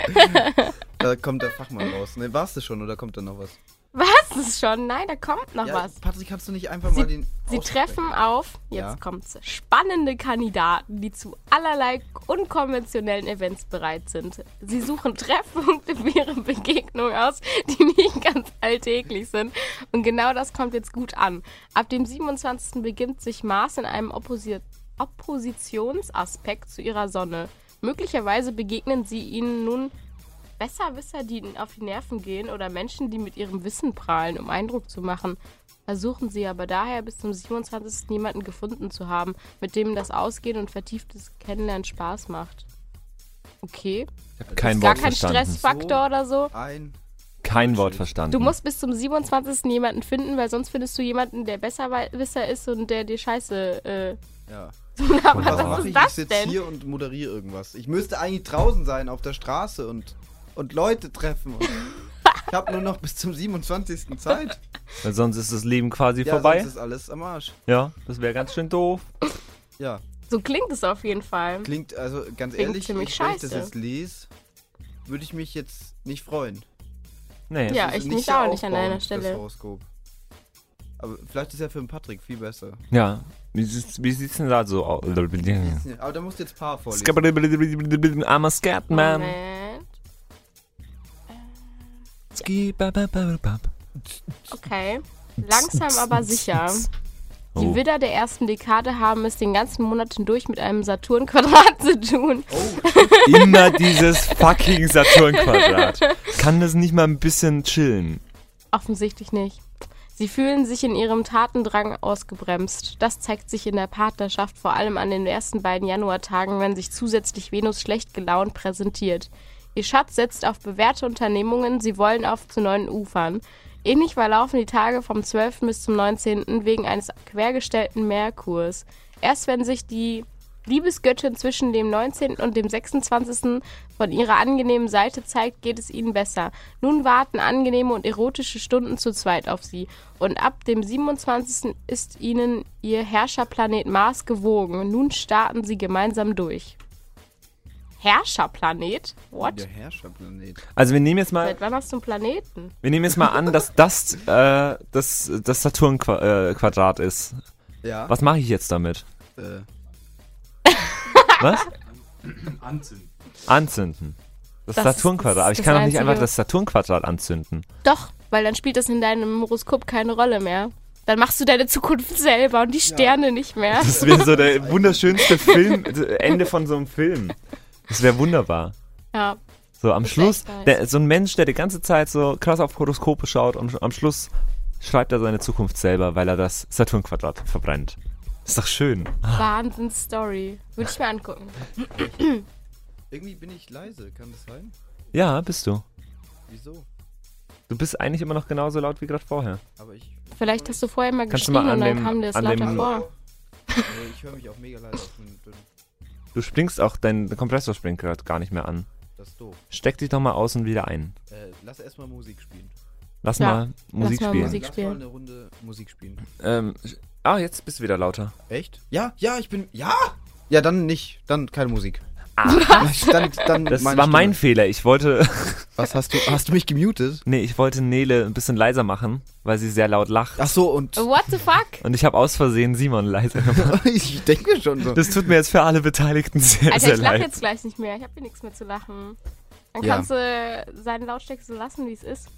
C: da kommt der Fachmann raus. Ne, warst du schon oder kommt da noch was?
D: Was ist schon? Nein, da kommt noch was.
C: Patrick, kannst du nicht einfach mal den.
D: Sie
C: aussprechen?
D: treffen auf, jetzt
C: Ja.
D: kommt's, spannende Kandidaten, die zu allerlei unkonventionellen Events bereit sind. Sie suchen Treffpunkte für ihre Begegnung aus, die nicht ganz alltäglich sind. Und genau das kommt jetzt gut an. Ab dem 27. beginnt sich Mars in einem Opposi Oppositionsaspekt zu ihrer Sonne. Möglicherweise begegnen sie ihnen nun Besserwisser, die ihnen auf die Nerven gehen oder Menschen, die mit ihrem Wissen prahlen, um Eindruck zu machen. Versuchen sie aber daher bis zum 27. jemanden gefunden zu haben, mit dem das Ausgehen und vertieftes Kennenlernen Spaß macht. Okay.
B: Ich habe kein
D: Gar
B: Wort
D: kein
B: verstanden.
D: Stressfaktor oder so.
C: Ein.
B: Kein Wort verstanden.
D: Du musst bis zum 27. jemanden finden, weil sonst findest du jemanden, der Besserwisser ist und der dir Scheiße äh,
C: Ja.
D: labert.
C: Was
D: Was
C: mache
D: ist
C: ich? Ich
D: das
C: sitze
D: denn?
C: hier und moderiere irgendwas. Ich müsste eigentlich draußen sein, auf der Straße und, und Leute treffen. Und ich habe nur noch bis zum 27. Zeit.
B: Weil sonst ist das Leben quasi
C: Ja,
B: vorbei.
C: sonst ist alles am Arsch.
B: ja, das wäre ganz schön doof.
C: Ja,
D: So klingt es auf jeden Fall.
C: klingt also ganz
D: Klingt
C: ehrlich,
D: ziemlich
C: ich, wenn ich das
D: scheiße.
C: jetzt lese, würde ich mich jetzt nicht freuen.
B: Nee.
D: Ja,
C: Das ist
D: ich mich
C: sehr
D: auch nicht an
C: aufbauend,
D: einer Stelle.
C: Das Horoskop. Aber vielleicht ist ja für den Patrick viel besser.
B: Ja. Wie sieht's, wie sieht's denn da so aus?
C: Aber da musst du jetzt Paar vorlesen.
B: I'm a scat man.
D: Moment. Okay. Langsam aber sicher. Die
B: Oh.
D: Widder der ersten Dekade haben es den ganzen Monat hindurch mit einem Saturn-Quadrat zu tun.
B: Immer dieses fucking Saturn-Quadrat. Kann das nicht mal ein bisschen chillen?
D: Offensichtlich nicht. Sie fühlen sich in ihrem Tatendrang ausgebremst. Das zeigt sich in der Partnerschaft vor allem an den ersten beiden Januartagen, wenn sich zusätzlich Venus schlecht gelaunt präsentiert. Ihr Schatz setzt auf bewährte Unternehmungen, sie wollen auf zu neuen Ufern. Ähnlich verlaufen die Tage vom 12. bis zum 19. wegen eines quergestellten Merkurs. Erst wenn sich die Liebesgöttin zwischen dem 19. und dem 26. von ihrer angenehmen Seite zeigt, geht es ihnen besser. Nun warten angenehme und erotische Stunden zu zweit auf sie. Und ab dem 27. ist ihnen ihr Herrscherplanet Mars gewogen. Nun starten sie gemeinsam durch. Herrscherplanet? What?
C: Der Herrscherplanet.
B: Also wir nehmen jetzt mal,
D: Seit wann hast du einen Planeten?
B: wir nehmen jetzt mal an, dass das äh, das, das Saturn-Quadrat ist.
C: Ja.
B: Was mache ich jetzt damit?
C: Äh,
B: Was? Anzünden. Das,
D: Das
B: Saturn-Quadrat.
D: ist
B: Aber ich
D: das
B: kann doch nicht
D: Einzige-
B: einfach das Saturn-Quadrat anzünden.
D: Doch, weil dann spielt das in deinem Horoskop keine Rolle mehr. Dann machst du deine Zukunft selber und die Sterne nicht mehr.
B: Das wäre so der wunderschönste Film, Ende von so einem Film. Das wäre wunderbar.
D: Ja.
B: So am
D: Das ist
B: Schluss,
D: echt nice.
B: der, so ein Mensch, der die ganze Zeit so krass auf Horoskope schaut und am Schluss schreibt er seine Zukunft selber, weil er das Saturn-Quadrat verbrennt. Ist doch schön.
D: Wahnsinn-Story. Würde ich mir angucken.
C: irgendwie bin ich leise, kann das sein?
B: Ja, bist du.
C: Wieso?
B: Du bist eigentlich immer noch genauso laut wie gerade vorher.
C: Aber ich,
D: Vielleicht hast du vorher mal
B: Kannst du
D: geschrien
B: mal
D: und
B: an
D: dann
B: dem-
D: kam dir das
B: an
D: lauter
B: dem-
D: vor.
C: nee, Äh, ich höre mich auch mega leise. auf den-
B: Du springst auch, dein Kompressor springt gerade gar nicht mehr an.
C: Das ist doof.
B: Steck dich doch mal aus und wieder ein.
C: Äh, lass erstmal Musik spielen.
B: Lass
D: Ja,
B: mal Musik
D: mal
B: spielen.
D: Musik
C: lass
D: spielen.
C: mal eine Runde Musik spielen.
B: Ähm, ah, jetzt bist du wieder lauter.
C: Echt? Ja, ja, ich bin. Ja! Ja, dann nicht. Dann keine Musik. Dann, dann
B: Ah. Das
C: meine
B: war mein
C: Stimme.
B: Fehler. Ich wollte,
C: Was hast du? Hast du mich gemutet?
B: nee, ich wollte Nele ein bisschen leiser machen, weil sie sehr laut lacht.
C: Ach so, und
B: Oh.
D: What the fuck?
B: Und ich habe aus Versehen Simon leiser gemacht.
C: ich denke schon so.
B: Das tut mir jetzt für alle Beteiligten sehr,
D: Alter,
B: sehr
D: Also ich lache
B: leid.
D: jetzt gleich nicht mehr. Ich habe hier nichts mehr zu lachen. Dann
C: Ja.
D: kannst du äh, seinen Lautstärke so lassen, wie es ist.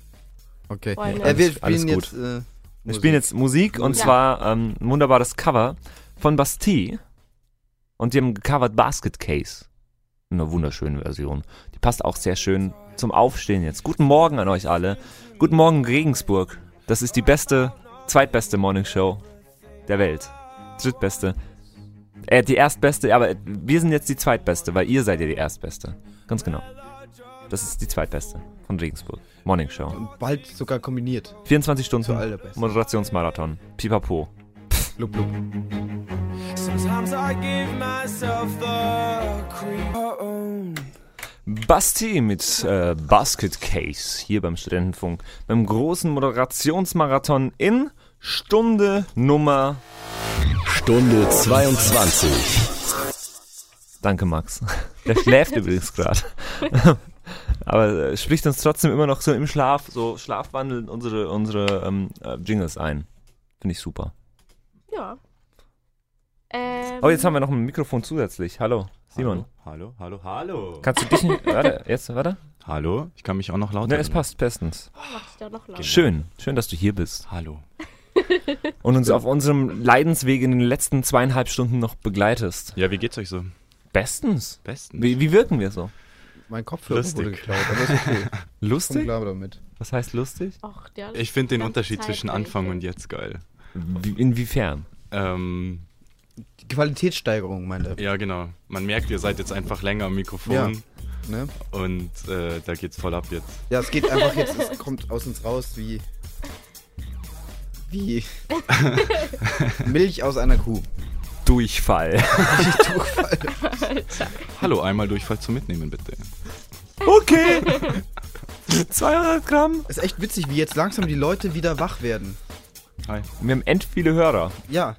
C: Okay.
D: Freunde.
C: Äh, wir
B: Alles- alles
C: spielen
B: gut.
C: jetzt. Äh,
B: Wir spielen jetzt Musik und
D: Ja.
B: zwar ähm, ein wunderbares Cover von Bastille. Und die haben gecovert Basket Case. Eine wunderschöne Version. Die passt auch sehr schön zum Aufstehen jetzt. Guten Morgen an euch alle. Guten Morgen Regensburg. Das ist die beste, zweitbeste Morning Show der Welt. Drittbeste. Äh, die erstbeste, aber wir sind jetzt die zweitbeste, weil ihr seid ja die erstbeste. Ganz genau. Das ist die zweitbeste von Regensburg. Morning Show.
C: Bald sogar kombiniert.
B: 24 Stunden
C: Zur Allerbeste.
B: Moderationsmarathon. Pipapo.
C: Blub, blub.
F: Sometimes I give myself the creep. Oh,
B: Basti mit äh, Basket Case hier beim Studentenfunk. Beim großen Moderationsmarathon in Stunde Nummer.
A: Stunde 22.
B: Danke, Max. Der schläft übrigens gerade. Aber äh, spricht uns trotzdem immer noch so im Schlaf, so schlafwandelnd unsere, unsere ähm, äh, Jingles ein. Finde ich super.
D: Ja. Ähm,
B: Oh, jetzt haben wir noch ein Mikrofon zusätzlich. Hallo, Simon.
G: Hallo, hallo, hallo.
B: Kannst du dich nicht. Warte, jetzt, warte.
G: hallo, ich kann mich auch noch lauter.
B: Ne, es passt bestens.
D: mach ich doch noch lauter.
B: Schön, schön, dass du hier bist.
G: Hallo.
B: und uns auf unserem Leidensweg in den letzten zweieinhalb Stunden noch begleitest.
G: Ja, wie geht's euch so?
B: Bestens.
G: Bestens.
B: Wie, wie wirken wir so?
C: Mein Kopfhörer
G: Lustig.
C: wurde geklaut, aber ist okay. Komm
B: Lustig?
C: klar damit.
B: Was heißt lustig?
D: Och, der
G: Ich finde den
D: ganze
G: Unterschied
D: Zeit
G: zwischen
D: durch.
G: Anfang und jetzt geil.
B: Wie, inwiefern?
G: Ähm,
C: Die Qualitätssteigerung, meint er.
G: ja, genau. Man merkt, ihr seid jetzt einfach länger am Mikrofon
C: Ne?
G: und äh, da geht's voll ab jetzt.
C: Ja, es geht einfach jetzt, es kommt aus uns raus wie. Wie. Milch aus einer Kuh.
B: Durchfall.
G: Hallo, einmal Durchfall zum Mitnehmen bitte.
B: Okay. 200 Gramm.
C: Ist echt witzig, wie jetzt langsam die Leute wieder wach werden.
G: Hi.
B: Wir haben end viele Hörer.
C: Ja.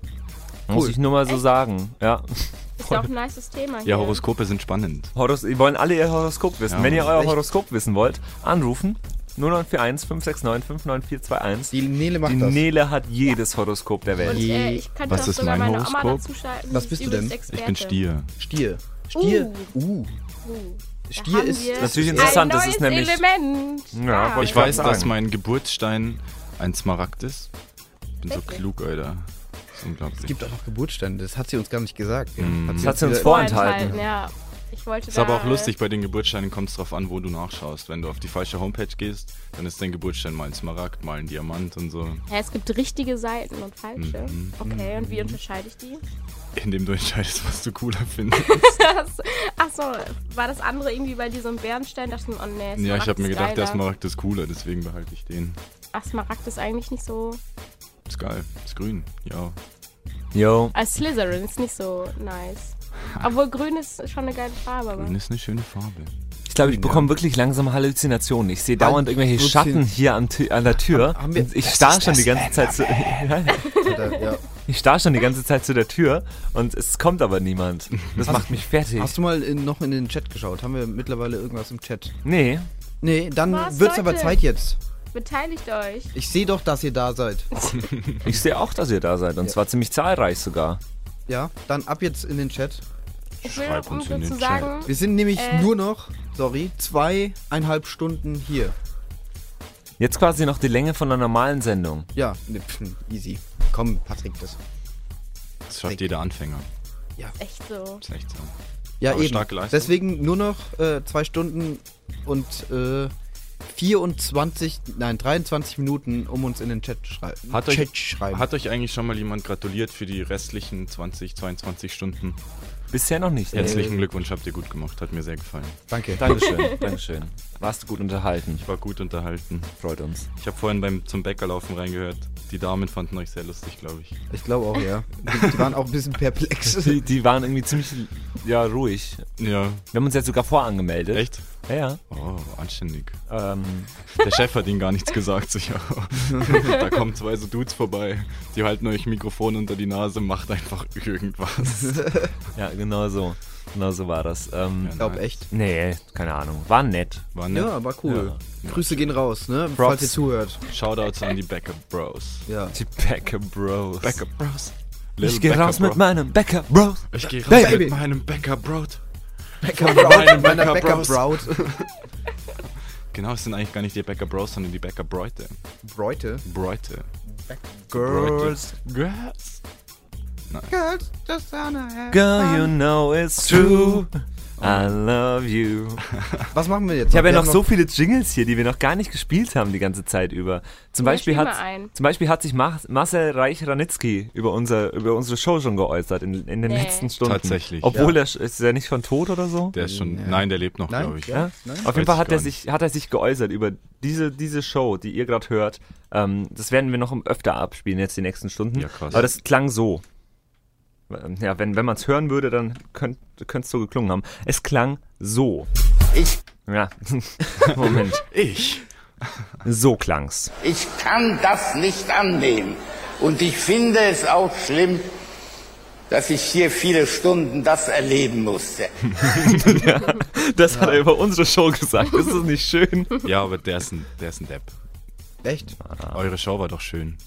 B: Muss
C: Cool.
B: ich nur mal so sagen. Ja.
D: Ist ja auch ein nices Thema hier.
G: Ja, Horoskope sind spannend.
B: Horos wir wollen alle ihr Horoskop wissen.
G: Ja.
B: Wenn ihr euer
C: Echt?
B: Horoskop wissen wollt, anrufen 0941 569 59421.
C: Die Nele macht
B: Die Ne-
C: das.
B: Nele hat jedes Horoskop der
D: Und
B: Welt.
D: äh, ich könnte
G: Was
D: auch
G: ist
D: sogar
G: mein
D: meine Oma
G: Horoskop?
D: dazu schalten.
C: Was
D: die
C: bist
D: ist
C: du denn?
D: übelst
G: Ich
D: Experte.
G: bin Stier.
C: Stier. Stier. Uh.
D: Uh,
C: Stier
D: haben
C: ist.
D: wir-
B: Natürlich
C: ist-
B: interessant,
D: ein
B: das
D: neues
B: ist nämlich-
D: Element.
B: Ja, wollte
G: Ich weiß,
B: sagen.
G: dass mein Geburtsstein ein Smaragd ist. Ich bin so klug, Alter. Das ist unglaublich.
C: Es gibt auch noch Geburtsstände, das hat sie uns gar nicht gesagt. gell?
G: Mm.
B: Das hat sie uns
C: wieder-
B: vorenthalten.
D: Ja, ich wollte
G: Ist
D: da,
G: aber auch
D: äh,
G: lustig, bei den Geburtssteinen kommt es drauf an, wo du nachschaust. Wenn du auf die falsche Homepage gehst, dann ist dein Geburtsstein mal ein Smaragd, mal ein Diamant und so.
D: Ja, es gibt richtige Seiten und falsche.
G: Mhm.
D: Okay, und wie unterscheide ich die?
G: Indem du entscheidest, was du cooler findest.
D: Achso, war das andere irgendwie bei dir so ein Bernstein? Dachte ich mir, oh nee,
G: ja, ich habe mir gedacht, der
D: das mal.
G: Smaragd ist cooler, deswegen behalte ich den.
D: Ach, Smaragd ist eigentlich nicht so.
G: Ist geil. Ist grün. Ja.
B: Yo.
D: Als ah, Slytherin ist nicht so nice. Obwohl grün ist schon eine geile Farbe. Aber.
G: Grün ist eine schöne Farbe.
B: Ich glaube, ich bekomme wirklich langsam Halluzinationen. Ich sehe dauernd irgendwelche
C: Halluzin-
B: Schatten hier an, Tü- an der Tür.
C: Haben wir-
B: Und ich
C: Das
B: starr
C: ist
B: schon
C: das
B: die ganze Zeit zu.
C: Alter, ja.
B: Ich starr schon die ganze Zeit zu der Tür und es kommt aber niemand. Das macht mich fertig.
C: Hast du mal in, noch in den Chat geschaut? Haben wir mittlerweile irgendwas im Chat?
B: Nee.
C: Nee, dann
D: Was,
C: wird's aber
D: Leute?
C: Zeit jetzt.
D: Beteiligt euch.
C: Ich sehe doch, dass ihr da seid.
B: Ich sehe auch, dass ihr da seid. Und zwar ziemlich zahlreich sogar.
C: Ja, dann ab jetzt in den Chat.
D: Ich will
G: Schreibt
D: noch um
G: uns in
D: zu
G: den
D: sagen,
C: Wir sind nämlich
D: Äh.
C: nur noch, sorry, zweieinhalb Stunden hier.
B: Jetzt quasi noch die Länge von einer normalen Sendung.
C: Ja, ne, pf, easy. Komm, Patrick, das.
G: Das schafft jeder Anfänger.
D: echt so.
G: Ist echt so.
C: Ja,
G: Aber
C: eben.
G: starke Leistung.
C: Deswegen nur noch äh, zwei Stunden und äh, 24, nein, 23 Minuten, um uns in den Chat, schrei
G: Hat euch-
C: Chat schreiben.
G: Hat euch eigentlich schon mal jemand gratuliert für die restlichen 20, 22 Stunden?
B: Bisher noch nicht. nee.
G: Herzlichen Glückwunsch, habt ihr gut gemacht. Hat mir sehr gefallen.
C: Danke.
B: Dankeschön, Dankeschön. Warst du gut unterhalten.
G: Ich war gut unterhalten.
B: Freut uns.
G: Ich habe vorhin beim zum Bäckerlaufen reingehört. Die Damen fanden euch sehr lustig, glaube ich.
C: Ich glaube auch, ja. Die, die waren auch ein bisschen perplex.
B: Die, die waren irgendwie ziemlich ja, ruhig.
G: Ja,
B: Wir haben uns jetzt sogar vorangemeldet.
G: echt?
B: Ja,
G: Oh, anständig.
B: ja. Ähm,
G: Der Chef hat ihnen gar nichts gesagt. So, ja. Da kommen zwei so Dudes vorbei. Die halten euch Mikrofon unter die Nase, macht einfach irgendwas.
B: ja, genau so. Genau so war das. Ähm,
G: Ja.
C: Ich glaube echt.
B: Nee, keine Ahnung. War nett.
G: War nett.
C: Ja, war cool. Grüße gehen raus, ne?
B: Props.
C: Falls ihr zuhört.
G: Shoutouts an die Bäcker Bros.
C: Ja.
B: Die Bäcker Bros.
G: Bäcker Bros.
B: ich geh raus mit meinem Bäcker Bros.
G: Ich geh raus
B: Baby.
G: mit meinem Bäcker Brot.
C: Bäcker Braut, meiner
G: Bäcker
C: Bäcker
G: Bros.
C: Braut.
G: Genau, es sind eigentlich gar nicht die Bäcker Bros, sondern die Bäcker Bräute.
C: Bräute.
G: Bräute.
C: Girls.
G: Girls.
C: Girls, just wanna
B: Girl, you know it's true. I love you.
C: Was machen wir jetzt?
B: Ich habe ja
C: Wir
B: noch
C: haben
B: so viele Jingles hier, die wir noch gar nicht gespielt haben die ganze Zeit über. Zum,
D: Ja,
B: Beispiel,
D: spiel
B: hat,
D: mal einen.
B: zum Beispiel hat sich Mar Marcel Reich-Ranitzky über, unser, über unsere Show schon geäußert in, in den
D: Nee.
B: letzten Stunden.
G: Tatsächlich.
B: Obwohl er ist er nicht schon tot oder so?
G: Der ist schon. Nein, der lebt noch,
C: Nein?
G: glaube ich.
C: Ja.
B: Ja?
C: Nein?
B: Auf jeden
G: Weiß
B: Fall
G: ich
B: hat er,
G: gar nicht.
B: sich, hat er sich geäußert über diese, diese Show, die ihr gerade hört. Ähm, das werden wir noch öfter abspielen jetzt die nächsten Stunden.
G: Ja, krass.
B: Aber das klang so. Ähm, Ja, wenn, wenn man es hören würde, dann könnte es so geklungen haben. Es klang so.
H: Ich,
B: Ja, Moment.
G: Ich.
B: So klang's.
H: ich kann das nicht annehmen. Und ich finde es auch schlimm, dass ich hier viele Stunden das erleben musste.
B: Das hat er über unsere Show gesagt. Ist das nicht schön?
G: Ja, aber der ist ein, der ist ein Depp.
C: Echt?
G: Eure Show war doch schön.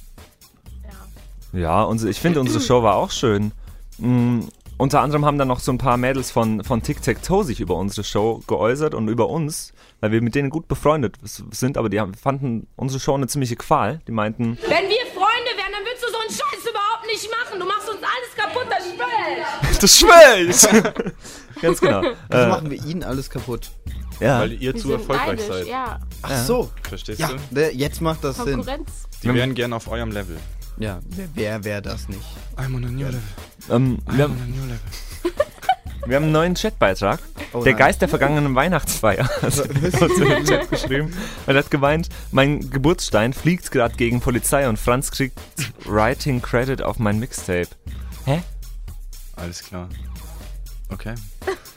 B: Ja, unsere, ich finde, unsere Show war auch schön. Mm, unter anderem haben dann noch so ein paar Mädels von, von Tic Tac Toe sich über unsere Show geäußert und über uns, weil wir mit denen gut befreundet s- sind, aber die haben, fanden unsere Show eine ziemliche Qual. Die meinten,
I: Wenn wir Freunde wären, dann würdest du so einen Scheiß überhaupt nicht machen. Du machst uns alles kaputt, das Spiel.
B: das schwillt! Ganz genau.
C: Jetzt
B: Äh,
C: machen wir ihnen alles kaputt.
B: ja.
G: Weil ihr
D: Wir
G: zu
D: sind
G: erfolgreich
D: neidisch,
G: seid.
D: Ja,
C: Ach so.
G: Verstehst
C: Ja,
G: du?
C: der- jetzt macht das Sinn.
D: Konkurrenz.
G: Die wären gern auf eurem Level.
C: Ja, wer wer wär das nicht?
G: I'm on a new level.
B: Ähm, wir, haben,
G: a new level.
B: wir haben einen neuen Chatbeitrag.
C: Oh
B: der
C: nein.
B: Geist der vergangenen Weihnachtsfeier hat uns in den Chat geschrieben und hat gemeint, mein Geburtsstein fliegt gerade gegen Polizei und Franz kriegt Writing Credit auf mein Mixtape. Hä?
G: Alles klar. Okay.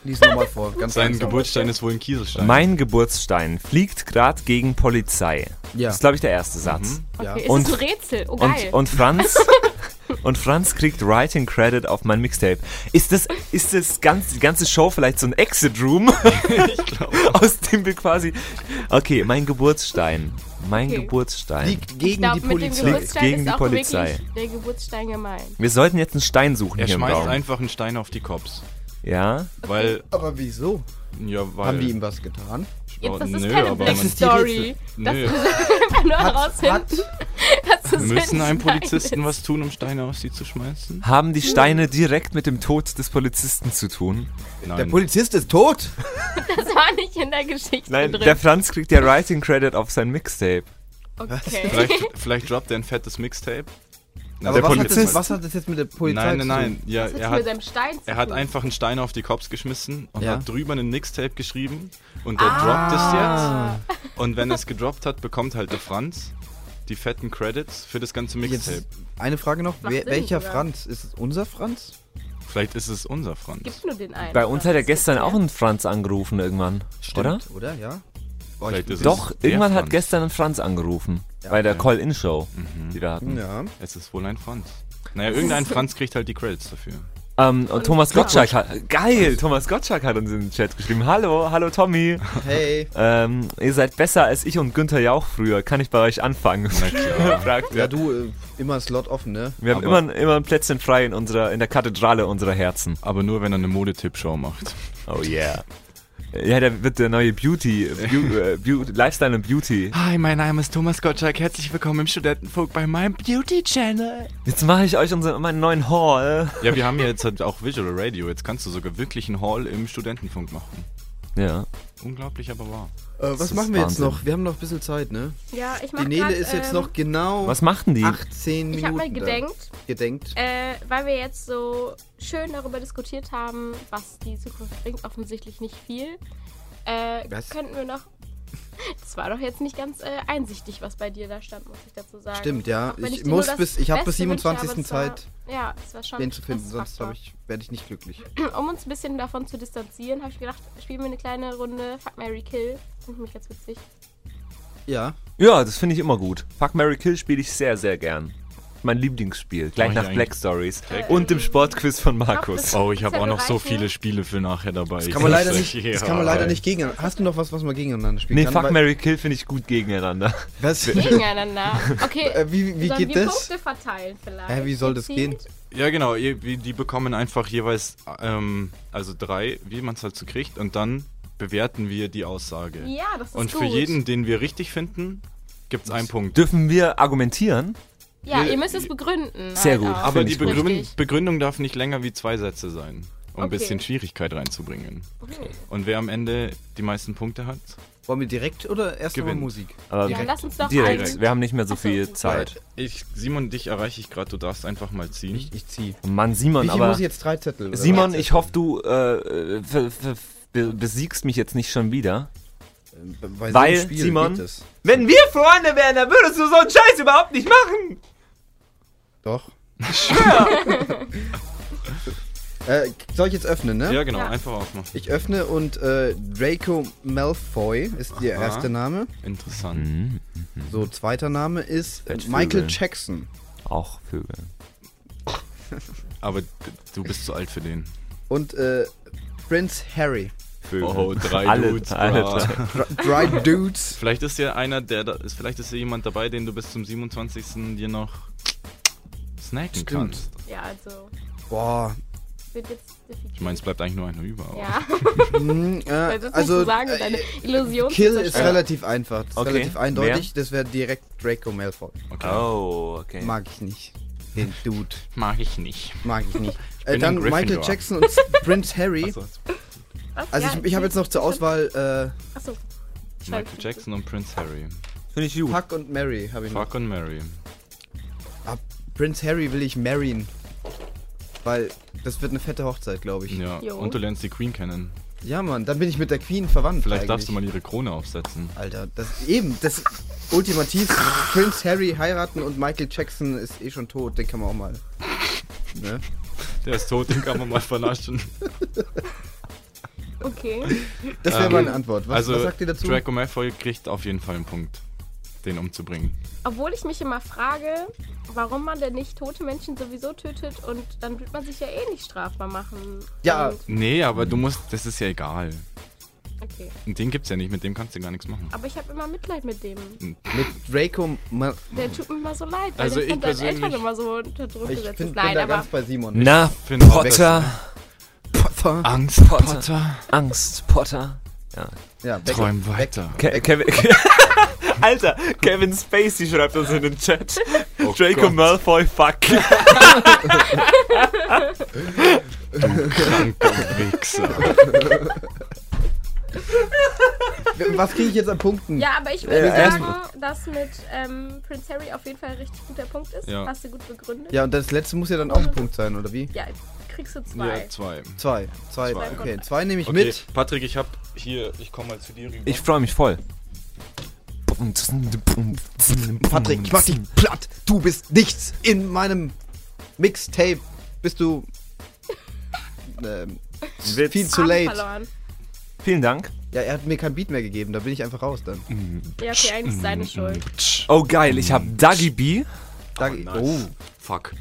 C: Lies nochmal vor. Ganz
G: Sein
C: langsam.
G: Geburtsstein ist wohl ein Kieselstein.
B: Mein Geburtsstein fliegt gerade gegen Polizei.
C: Ja.
B: Das ist, glaube ich, der erste Satz.
C: Ja.
G: Mhm.
D: Okay, ist
B: Und-
D: das ein Rätsel? Oh, geil.
B: Und, und Franz. Und Franz kriegt Writing Credit auf mein Mixtape. Ist das, ist das ganz, die ganze Show vielleicht so ein Exit Room? Aus dem wir quasi. Okay, mein Geburtsstein. Mein
D: Okay.
B: Geburtsstein.
C: Liegt
D: ich
C: gegen
D: glaube,
C: die
D: mit dem
C: Polizei.
D: Geburtsstein
B: Gegen
D: ist
B: die
D: auch
B: Polizei.
D: wirklich der Geburtsstein gemein.
B: Wir sollten jetzt einen Stein suchen
G: Er
B: hier im
G: schmeißt
B: Raum.
G: einfach einen Stein auf die Cops.
B: Ja.
G: Weil,
C: Aber wieso?
G: ja, weil.
C: Haben die ihm was getan?
D: Jetzt, das ist
G: Oh, nö,
D: keine
G: aber
D: Black
G: man-
D: Story.
G: Nö,
D: Kann nur
C: Hat,
D: herausfinden,
G: Ähm,
D: dass es
G: müssen einem
D: Stein
G: Polizisten
D: ist.
G: was tun, um Steine auf sie zu schmeißen?
B: Haben die Steine direkt mit dem Tod des Polizisten zu tun?
G: Nein.
C: der Polizist ist tot?
D: Das war nicht in der Geschichte drin.
B: der Franz kriegt ja Writing Credit auf sein Mixtape.
D: okay.
G: vielleicht, vielleicht droppt er ein fettes Mixtape. Na,
C: Aber
G: der
C: was hat,
G: Polizist-
C: das, was hat das jetzt mit der Polizei
G: Nein, nein, nein. Ja,
D: Das
G: er
D: hat mit
G: hat,
D: seinem Stein zu
G: er hat
D: tun.
G: einfach einen Stein auf die Cops geschmissen und
C: Ja.
G: hat drüber einen Mixtape geschrieben und der droppt es jetzt. Und wenn es gedroppt hat, bekommt halt der Franz die fetten Credits für das ganze
C: zu tun?
G: Mixtape.
C: Jetzt eine Frage noch.
D: Macht
C: Wer,
D: Sinn,
C: welcher
D: oder?
C: Franz? Ist es unser Franz?
G: Vielleicht ist es unser Franz.
D: Gibt nur den einen.
B: Bei uns hat er
D: Das ist
B: gestern
D: der-
B: auch einen Franz angerufen irgendwann, oder?
C: Stimmt, Oder, ja? Boah,
G: Vielleicht ist
B: Doch,
G: es der
B: irgendwann hat
G: Franz.
B: gestern ein Franz angerufen. bei der Call-In-Show, die wir hatten.
C: ja.
G: Es ist wohl ein Franz. Naja, irgendein Franz kriegt halt die Credits dafür.
B: Ähm, und Thomas Gottschalk hat. Geil! Thomas Gottschalk hat uns in den Chat geschrieben. Hallo, hallo Tommy.
C: Hey.
G: Äh,
B: ähm, ihr seid besser als ich und Günther Jauch früher. Kann ich bei euch anfangen? Na klar. Fragt
C: Ja,
B: er.
C: du, äh, immer Slot offen, ne?
B: Wir haben
G: Aber-
B: immer, immer ein Plätzchen frei in, unserer, in der Kathedrale unserer Herzen.
G: Aber nur, wenn er eine Modetipp-Show macht.
B: Oh yeah. Äh, Ja, da wird der neue Beauty, Beau- äh, Beau- Lifestyle und Beauty.
G: Hi, mein Name ist Thomas Gottschalk. Herzlich willkommen im Studentenfunk bei meinem Beauty-Channel.
B: Jetzt mache ich euch unseren, meinen neuen Haul.
G: Ja, wir haben ja jetzt halt auch Visual Radio. Jetzt kannst du sogar wirklich einen Haul im Studentenfunk machen.
B: Ja.
G: Unglaublich, aber wahr.
C: Äh, was
B: ist
C: machen wir jetzt
B: Wahnsinn.
C: noch? Wir haben noch ein bisschen Zeit, ne?
D: Ja, ich mach
C: Die Nele
D: grad,
C: ist jetzt
D: ähm,
C: noch genau
B: Was machten die?
C: 18 Minuten.
D: Ich habe mal
C: da.
D: gedenkt,
C: Gedenkt.
D: äh, weil wir jetzt so schön darüber diskutiert haben, was die Zukunft bringt, offensichtlich nicht viel. Äh,
C: Was?
D: Könnten wir noch. Das war doch jetzt nicht ganz äh, einsichtig, was bei dir da stand, muss ich dazu sagen.
C: Stimmt, ja.
D: Auch wenn
C: Ich
D: dir
C: muss
D: nur das
C: bis, ich habe bis
D: Beste wünsche, aber
C: 27.
D: es war-
C: Zeit,
D: Ja, es war schon.
C: den zu finden,
D: Ähm, das
C: sonst
D: war-
C: glaube ich, werde ich nicht glücklich.
D: Um uns ein bisschen davon zu distanzieren, habe ich gedacht, spielen wir eine kleine Runde Fuck Mary Kill. Finde ich mich ganz witzig.
C: Ja.
B: Ja, das finde ich immer gut. Fuck Mary Kill spiele ich sehr, sehr gern. Mein Lieblingsspiel, gleich
G: ich
B: nach
G: eigentlich-
B: Black Stories und dem Sportquiz von Markus.
D: Ach,
G: Oh, ich habe auch noch so
D: Reiche.
G: viele Spiele für nachher dabei.
C: Das kann man leider nicht, das kann man leider nicht gegeneinander. Hast du noch was, was man gegeneinander spielen
B: Nee,
C: kann?
B: Fuck
C: Weil-
B: Mary Kill finde ich gut gegeneinander.
C: Was?
D: Gegeneinander. Okay.
C: Äh, wie wie
D: sollen
C: geht
D: wir
C: das?
D: Punkte verteilen vielleicht?
C: Hä, wie soll das gehen?
G: Ja, genau. ihr- wie- Die bekommen einfach jeweils, ähm, also drei, wie man es halt so kriegt. Und dann bewerten wir die Aussage.
D: Ja, das ist
G: Und
D: gut.
G: für jeden, den wir richtig finden, gibt's einen Punkt.
B: Dürfen wir argumentieren?
D: Ja,
G: Wir-
D: ihr müsst es begründen.
B: Sehr
D: halt
B: gut.
D: auch.
G: Aber
B: Find
G: die
B: ich gut.
G: Begrün
D: Richtig.
G: Begründung darf nicht länger wie zwei Sätze sein, um ein
D: Okay.
G: bisschen Schwierigkeit reinzubringen. Und wer am Ende die meisten Punkte hat,
C: Wollen wir direkt oder erst nochmal
G: Gewinnt.
C: Musik?
B: Aber
D: Ja, lass uns doch
B: direkt.
D: einen-
B: Wir haben nicht mehr so
D: Ach so,
B: viel
D: gut.
B: Zeit.
G: ich, Simon, dich erreiche ich gerade, du darfst einfach mal ziehen.
C: Ich, ich zieh.
B: Oh Mann, Simon,
C: Wie viel
B: aber.
C: muss ich jetzt? Drei Zettel? oder
B: Simon,
C: was?
B: ich hoffe, du äh, ver- ver- be- besiegst mich jetzt nicht schon wieder.
C: Äh, Bei so einem
B: Weil,
C: Spiel
B: Simon,
C: geht es.
B: wenn wir Freunde wären, dann würdest du so einen Scheiß überhaupt nicht machen.
C: Doch. äh, soll ich jetzt öffnen, ne?
G: ja, genau,
D: Ja.
G: einfach aufmachen.
C: Ich öffne und äh, Draco Malfoy ist der
G: Aha.
C: erste Name.
G: Interessant.
C: Mhm. So, zweiter Name ist äh,
B: Fettflügel.
C: Michael Jackson.
B: Auch Vögel.
G: Aber d- du bist zu alt für den.
C: Und äh, Prince Harry.
B: Vögel.
G: Oh, drei
B: alle,
G: Dudes.
B: alle
G: bra.
B: drei.
C: Dr- Dry Dudes.
G: Vielleicht ist ja einer, der da ist, vielleicht ist ja jemand dabei, den du bis zum 27. dir noch snacken
C: Stimmt.
G: kannst.
D: Ja, also.
C: Boah.
D: Wird jetzt
G: Ich meine, es bleibt eigentlich nur einer über. aber-
D: Ja,
C: Hm, äh,
D: das ist also,
C: also,
D: nicht zu sagen, deine Illusion zu
C: Kill ist
D: zerstören.
C: relativ einfach. Das ist
B: Okay.
C: relativ eindeutig. Das wäre direkt Draco Malfoy.
G: Okay.
B: Oh, okay.
C: Mag ich nicht. Den Dude.
G: Mag ich nicht.
C: Mag ich nicht.
G: bin
C: äh, dann
G: ein
C: Michael
G: Gryffindor.
C: Jackson und Prince Harry.
G: So,
D: Was?
C: Also
D: Ja,
C: ich, ich habe jetzt noch zur Auswahl äh,
D: Achso. Ich weiß
G: Michael
D: nicht.
G: Jackson und Prince Harry.
B: Finde ich
C: äh,
B: gut.
C: Fuck und Mary habe ich noch.
G: Fuck und Mary.
C: Ah, Prince Harry will ich marryen. Weil das wird eine fette Hochzeit, glaube ich. Ja.
G: Ja.
D: Jo.
G: Und du lernst die Queen kennen.
C: Mann, dann bin ich mit der Queen verwandt.
G: Vielleicht
C: eigentlich.
G: darfst du mal ihre Krone aufsetzen.
C: Alter, das eben, das ultimativ Prince Harry heiraten und Michael Jackson ist eh schon tot, den kann man auch mal. Ne?
G: Der ist tot, den kann man mal vernaschen.
D: Okay.
C: Das wäre
G: Ähm,
C: meine Antwort. Was,
G: also,
C: was sagt ihr dazu?
G: Draco Malfoy kriegt auf jeden Fall einen Punkt, den umzubringen.
D: Obwohl ich mich immer frage, warum man denn nicht tote Menschen sowieso tötet und dann wird man sich ja eh nicht strafbar machen.
C: Ja.
D: Und,
G: Nee, aber du musst, das ist ja egal.
D: okay.
G: Und den gibt's ja nicht, mit dem kannst du gar nichts machen.
D: Aber ich habe immer Mitleid mit dem.
C: Mit Draco. Ma
D: Der tut mir immer so leid, weil
G: Also
D: der
G: ich
D: von seinen
G: persönlich-
D: Eltern immer so unter Druck
C: ich bin,
D: gesetzt
C: bin
D: ist.
C: da
D: Nein, aber
C: ganz bei Simon.
B: Na,
G: Finde
B: Potter,
C: Pfeffer.
G: Angst,
B: Potter.
G: Potter,
B: Angst, Potter.
C: Ja, weg,
G: träum
C: weg.
G: weiter.
B: Ke Kevin, Alter, Kevin Spacey schreibt uns in den Chat. Draco
G: Gott.
B: Malfoy, fuck.
G: Kranker Wichser.
C: Was kriege ich jetzt an Punkten?
D: Ja, aber ich würde
B: Ja,
D: sagen, dass mit ähm, Prince Harry auf jeden Fall ein richtig guter Punkt ist.
G: Ja.
D: Hast du gut begründet.
C: Ja, und das letzte muss ja dann auch ein Punkt sein, oder wie?
D: Ja, kriegst du zwei.
G: Ja, zwei.
C: Zwei. Zwei.
G: Zwei.
C: Okay, zwei nehme ich
G: Okay,
C: mit.
G: Patrick, ich hab hier, ich komme mal zu dir rüber.
B: Ich freue mich voll.
C: Patrick, ich mach dich platt. Du bist nichts. In meinem Mixtape bist du. Ähm,
B: Witz.
C: viel zu
D: Abend
C: late.
D: Verloren.
B: Vielen Dank.
C: Ja, er hat mir kein Beat mehr gegeben, da bin ich einfach raus dann.
G: Oh,
D: Ja, okay, eigentlich ist seine Schuld.
B: Oh geil, ich habe Dougie B,
C: Danke.
G: nice. Fuck.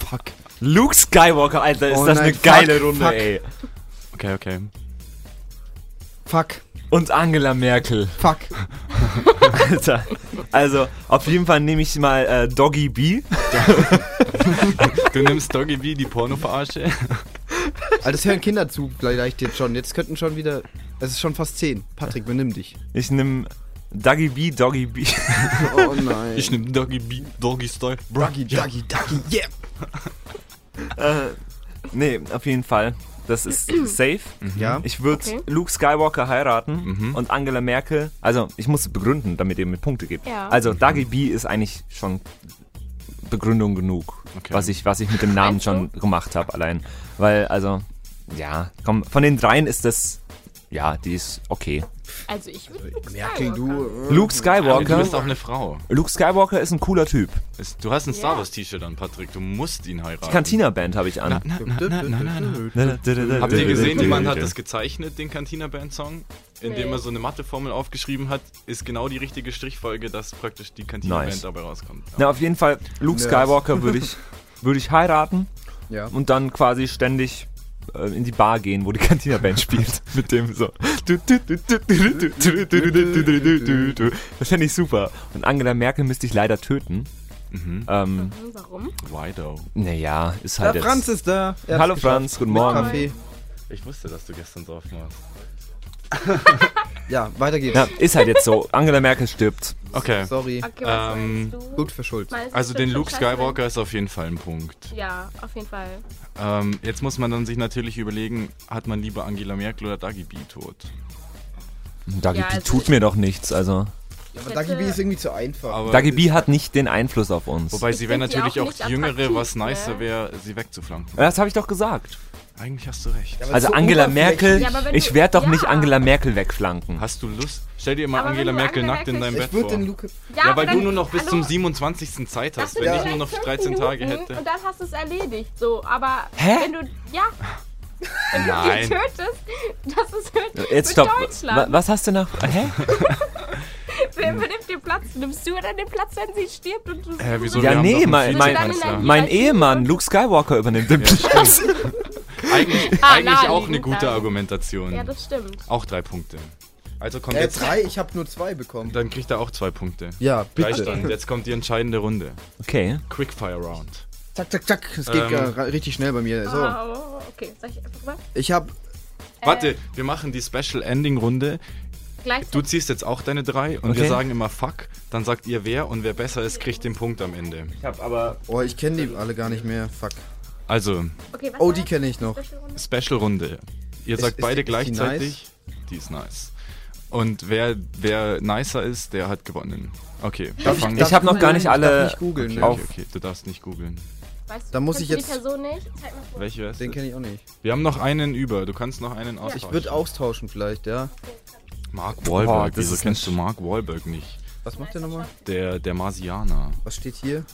G: Fuck.
B: Luke Skywalker, Alter, ist
C: Oh
B: das
C: nein,
B: eine
C: fuck,
B: geile Runde,
C: fuck.
B: ey.
G: Okay, okay.
C: oh, fuck,
B: Und Angela Merkel,
C: fuck.
B: Alter. Also, auf jeden Fall nehme ich mal äh, Doggy B.
G: Du nimmst Doggy B, die Porno-Verarsche.
C: Alter, Also das hören Kinder zu, vielleicht jetzt schon. Jetzt könnten schon wieder. Es ist schon fast zehn. Patrick, benimm dich.
B: Ich nehme Dougie B, Doggy B.
C: Oh nein.
G: Ich nehm Doggy B, Doggy Style.
C: Duggy, Duggy, Duggy, yeah.
B: äh, nee, auf jeden Fall. Das ist safe.
C: Ja,
B: Ich würde
D: Okay.
B: Luke Skywalker heiraten und Angela Merkel. Also, ich muss begründen, damit ihr mir Punkte gebt.
D: Ja.
B: Also, Dagi B ist eigentlich schon Begründung genug,
G: Okay.
B: was, ich, was ich mit dem Namen
D: Meinst du?
B: schon gemacht habe allein. Weil, also, ja, komm, von den dreien ist das. Ja, die ist okay.
D: Also ich würde Luke
C: Merkel,
D: Skywalker.
C: du.
B: Luke
G: Aber du
B: Skywalker.
G: bist auch eine Frau.
B: Luke Skywalker ist ein cooler Typ.
G: Es- Du hast ein Star
D: Ja.
G: Wars-T-Shirt an, Patrick. Du musst ihn heiraten.
B: Cantina-Band habe ich an.
G: Na, na, na, na, na, na.
B: Habt
G: Habt ihr gesehen, jemand hat das gezeichnet, den Cantina Band Song, indem
D: Nee.
G: er so eine Matheformel aufgeschrieben hat, ist genau die richtige Strichfolge, dass praktisch die Cantina
B: Nice.
G: Band dabei rauskommt. Ja.
B: Na, auf jeden Fall, Luke
C: Nerds.
B: Skywalker würde ich, würde ich heiraten.
C: Ja.
B: und dann quasi ständig äh, in die Bar gehen, wo die Cantina-Band spielt. Mit dem so. Das fände ich super. Und Angela Merkel müsste ich leider töten. Ähm,
D: Hm, Warum?
G: Wido.
B: naja, ist
C: Da,
B: halt
C: Franz
B: jetzt.
C: ist da. Er hat's
B: Hallo
C: geschafft.
B: Franz, guten
C: Mit
B: Morgen.
C: Kaffee.
G: Ich wusste, dass du gestern drauf warst.
C: Ja, weiter geht's.
B: Ja, ist halt jetzt so. Angela Merkel stirbt.
G: Okay.
C: Sorry.
D: Okay, was
G: Ähm,
D: meinst du?
C: Gut für Schuld.
D: Meinst du,
G: Also
D: es
G: den
D: wird schon
G: Luke
D: scheiße, wenn-
G: Skywalker ist auf jeden Fall ein Punkt.
D: Ja, auf jeden Fall.
G: Ähm, jetzt muss man dann sich natürlich überlegen, hat man lieber Angela Merkel oder Dagi B tot?
B: Dagi
D: Ja,
B: B
D: also
B: tut
D: ich-
B: mir doch nichts. Also,
D: Ich
C: Aber Dagi B
D: hätte-
C: ist irgendwie zu einfach.
G: Aber
B: Dagi B hat nicht den Einfluss auf uns.
G: Wobei
D: Ich
G: sie wäre
D: find sie
G: natürlich
D: auch
G: auch,
D: nicht
G: die Jüngere,
D: attraktiv,
G: was nicer
D: ne?
G: wäre, sie wegzuflanken.
B: Das habe ich doch gesagt.
G: Eigentlich hast du recht.
C: Aber
B: Also
C: so
B: Angela
C: oberflächlich.
B: Merkel,
D: Ja, aber wenn
B: ich
D: du-
B: werde doch
D: ja.
B: nicht Angela Merkel wegflanken.
G: Hast du Lust? Stell dir mal
D: Aber wenn
G: Angela
D: du
G: Merkel
D: Angela
G: nackt in
D: Merkel-
G: deinem Bett
C: Ich würde
G: vor.
C: den Luke.
G: Ja,
D: aber
G: weil du
D: dann-
G: nur noch bis
D: Hallo?
G: zum 27. Zeit
D: Das
G: hast.
D: sind
G: Wenn ich
D: vielleicht
G: nur noch
D: fünf
G: 13
D: Minuten
G: Tage hätte.
D: Und dann hast du es erledigt, so. Aber
B: Hä?
D: wenn du, ja, die
G: Nein.
D: tötest, das ist mit,
B: Jetzt
D: mit
B: stopp. Wa-
D: Deutschland.
B: Was hast du nach. Hä?
D: Wer übernimmt den Platz? Nimmst du dann den Platz, wenn sie stirbt? Und du
G: Hä, wieso?
B: Ja,
G: Wir haben doch
B: nee,
G: einen
B: mein, mein,
G: Vizekanzler.
B: mein Ehemann Luke Skywalker übernimmt den Platz.
D: Ah,
G: Eigentlich, eigentlich auch
D: naheliegend,
G: eine gute
D: naheliegend.
G: Argumentation.
D: Ja, das stimmt.
G: auch drei Punkte. Also kommt
C: Äh,
G: jetzt.
C: drei, ich habe nur zwei bekommen.
G: Dann kriegt er auch zwei Punkte.
C: Ja,
G: Gleich
C: bitte.
G: dann. Jetzt kommt die entscheidende Runde.
B: Okay.
G: Quickfire Round.
C: Zack, zack, zack. Es geht
G: Ähm.
C: ja ra- richtig schnell bei mir. So,
D: Ah, okay, sag ich einfach mal.
C: ich habe
D: Äh.
G: Warte, wir machen die Special Ending Runde.
D: Gleich
G: Du ziehst jetzt auch deine drei und wir
B: Okay.
G: sagen immer Fuck. Dann sagt ihr wer und wer besser ist, kriegt den Punkt am Ende.
B: Ich habe aber.
C: Oh, ich kenne die alle gar nicht mehr. Fuck.
G: Also,
D: Okay, was
C: Oh, die
D: war
C: kenne ich noch.
D: das? Special Runde?
G: Special Runde. Ihr
C: Ist-
G: sagt
C: ist
G: beide
C: die- ist die
G: gleichzeitig. Die ist nice. Und wer, wer nicer ist, der hat gewonnen. Okay, wir fangen
B: Ich habe noch gar nicht
C: Ich darf
B: alle.
C: nicht googeln.
G: Okay,
C: ne?
G: okay, okay, du darfst nicht googeln.
D: Weißt du,
C: Da muss
D: kennst
C: ich
D: du
C: jetzt-
D: Die Person nicht? Zeig mal vor.
G: Welche ist
C: Den kenne ich auch nicht.
G: Wir haben noch einen über, du kannst noch einen austauschen.
C: Ich würde austauschen vielleicht, ja.
G: Mark Wahlberg,
B: Boah, das
G: wieso
B: ist
G: kennst du
B: ein
G: Mark Wahlberg nicht?
C: Was macht der nochmal?
G: Der, der Marsianer.
C: Was steht hier?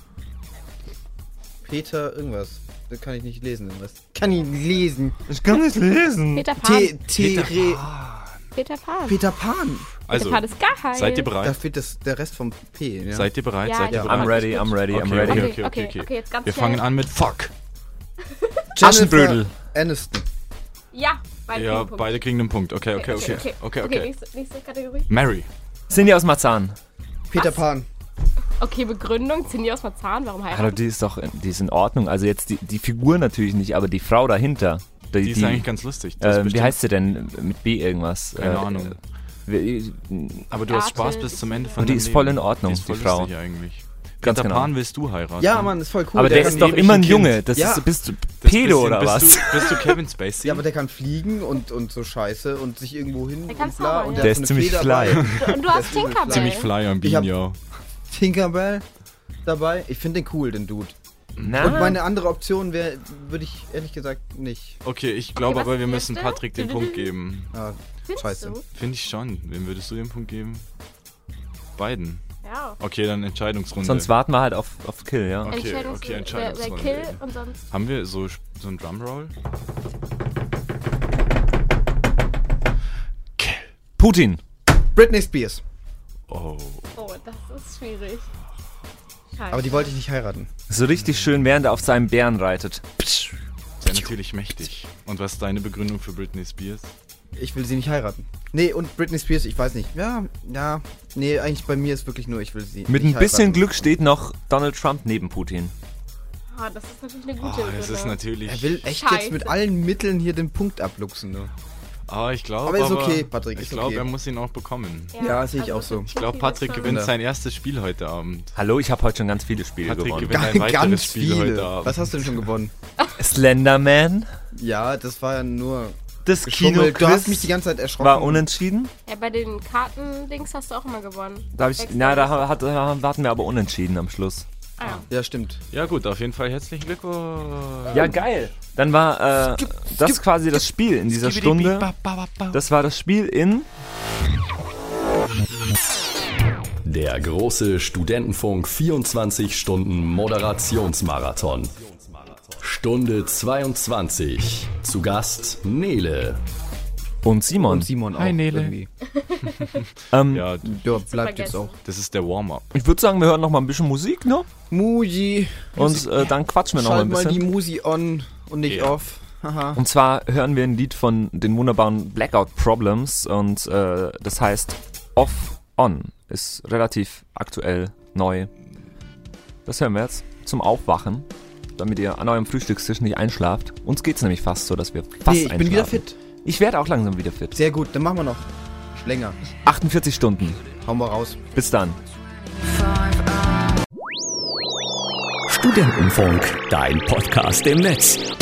C: Peter irgendwas. Das kann ich nicht lesen, den Rest. kann ihn lesen.
B: Ich kann nicht lesen.
D: Peter Pan.
C: T, T, Re,
D: Peter Pan.
C: Peter Pan.
G: Also,
D: Peter Pan ist geil.
G: seid ihr
C: Da
G: bereit?
C: fehlt das, der Rest vom P. Ja.
G: Seid ihr bereit?
D: Ja,
G: Seid ihr
D: ja.
G: bereit?
B: I'm ready, I'm ready, I'm
G: Okay,
B: ready.
D: Okay,
G: Okay, okay, okay.
D: okay, jetzt ganz
G: Wir
D: schnell.
G: fangen an mit Fuck.
B: Aschenbrödel.
C: Aniston.
D: Ja, beide
G: Ja,
D: kriegen Punkte.
G: beide kriegen einen Punkt. Okay, okay,
D: okay.
G: okay. Okay,
D: okay
G: okay.
D: nächste, nächste Kategorie.
G: Mary.
B: Cindy aus Marzahn.
C: Peter Pan.
D: Okay, Begründung. Cindy aus Marzahn, warum
B: Hallo,
D: heiraten?
B: die ist doch, die ist in Ordnung. Also jetzt die, die Figur natürlich nicht, aber die Frau dahinter. Die,
G: Die ist eigentlich ganz lustig. Die ist
B: ähm, wie
G: bestimmt-
B: heißt sie denn? Mit B irgendwas.
G: Keine
B: Äh,
G: Ahnung.
B: wie-
G: Aber du hast Spaß
D: Arthur,
G: bis zum Ende von
B: Und die
G: deinem
B: ist voll
G: Leben.
B: in Ordnung,
G: die, ist voll
B: die Frau.
G: lustig eigentlich.
B: Ganz
G: Peter
B: genau.
G: Pan willst du heiraten?
C: Ja, Mann, ist voll cool.
B: aber der,
C: kann
B: ist doch
C: ewig-
B: immer ein
G: Kind.
B: Junge. Das
C: Ja.
B: ist, bist du Pedo
G: Das bisschen
B: oder
G: bist
B: was?
G: Du, bist du Kevin Spacey?
C: Ja, aber der kann fliegen und, und so Scheiße und sich irgendwo hin.
D: Der kann
C: und bla,
D: zaubern,
C: und
D: ja.
B: Der
C: hat
B: ist
C: so eine
B: ziemlich
C: Feder
B: fly.
C: bei.
D: Und du hast
C: Der ist
D: Tinkerbell.
G: Ziemlich fly am
C: Ich hab-
G: Bean, ja.
C: Tinkerbell dabei. Ich finde den cool, den Dude.
B: Na,
C: Und meine andere Option wäre, würde ich ehrlich gesagt nicht.
G: Okay, ich glaube
D: was
G: aber, wir
D: ist
G: müssen
D: letzte?
G: Patrick den Punkt geben.
C: Ah,
D: Findest
C: Scheiße.
D: du?
G: Finde ich schon. Wem würdest du den Punkt geben? Beiden.
D: Ja.
G: Okay, dann Entscheidungsrunde.
B: sonst warten wir halt auf, auf Kill, ja.
G: Okay,
D: Entscheidungs-
G: okay,
D: wer, wer
G: Entscheidungsrunde.
D: Kill und sonst.
G: Haben wir so, so einen Drumroll?
B: Putin.
C: Britney Spears.
G: Oh.
D: Oh, das ist schwierig. Scheiße.
C: Aber die wollte ich nicht heiraten.
B: So richtig schön, während er auf seinem Bären reitet.
G: Sei natürlich mächtig. Und was ist deine Begründung für Britney Spears?
C: Ich will sie nicht heiraten. Nee, und Britney Spears, ich weiß nicht. Ja, ja. Nee, eigentlich bei mir ist wirklich nur, ich will sie.
B: Mit
C: nicht
B: ein bisschen
C: heiraten.
B: Glück steht noch Donald Trump neben Putin.
D: Ah, das ist natürlich eine
G: Oh,
D: gute
G: das ist
D: Begründung.
G: natürlich.
C: Er will echt
D: Scheiße.
C: jetzt mit allen Mitteln hier den Punkt abluchsen. Ne?
G: Ah, ich glaube.
C: Aber ist okay, Patrick,
G: Ich
C: ist
G: glaube,
C: okay.
G: er muss ihn auch bekommen.
C: Ja, sehe ich
D: also
C: auch so.
G: Ich glaube, Patrick gewinnt
C: Ja.
G: sein erstes Spiel heute Abend.
B: Hallo, ich habe heute schon ganz viele Spiele
G: Patrick
B: gewonnen.
G: gewinnt ein weiteres
C: Ganz
G: Spiel
C: viele.
G: heute Abend.
C: Was hast du denn schon gewonnen?
B: Slenderman.
C: Ja, das war ja nur
B: Das Kino
C: geschummelt. Du hast mich die ganze Zeit erschrocken.
B: war unentschieden.
D: Ja, bei den Kartendings hast du auch immer gewonnen.
B: Da, hab ich, na, da, ha- hat, da warten wir aber unentschieden am Schluss.
C: ja, stimmt.
G: Ja, gut, auf jeden Fall herzlichen Glückwunsch.
B: Ja, geil. Dann war äh, das quasi das Spiel in dieser Stunde. Das war das Spiel in.
A: Der große Studentenfunk 24 Stunden Moderationsmarathon. Stunde 22. Zu Gast Nele.
B: Und Simon.
C: Und Simon auch.
G: Hi, Nele.
C: Irgendwie.
B: Ähm,
G: Ja,
C: Ja, bleibt jetzt auch.
D: vergessen.
G: das ist der Warm-up.
B: Ich würde sagen, wir hören noch mal ein bisschen Musik, ne?
C: Musi,
B: Und äh, dann quatschen wir noch mal
C: schalt
B: ein
C: mal die
B: bisschen.
C: Musi on und nicht
G: Ja.
C: off. Haha.
B: Und zwar hören wir ein Lied von den wunderbaren Blackout Problems und äh, das heißt Off On. Ist relativ aktuell, neu. Das hören wir jetzt zum Aufwachen, damit ihr an eurem Frühstückstisch nicht einschlaft. Uns geht's nämlich fast so, dass wir fast
C: Nee, ich
B: einschlafen.
C: bin wieder fit.
B: Ich werde auch langsam wieder fit.
C: Sehr gut, dann machen wir noch länger.
B: 48 Stunden.
C: Hauen wir raus.
B: Bis dann.
A: Studentenfunk, dein Podcast im Netz.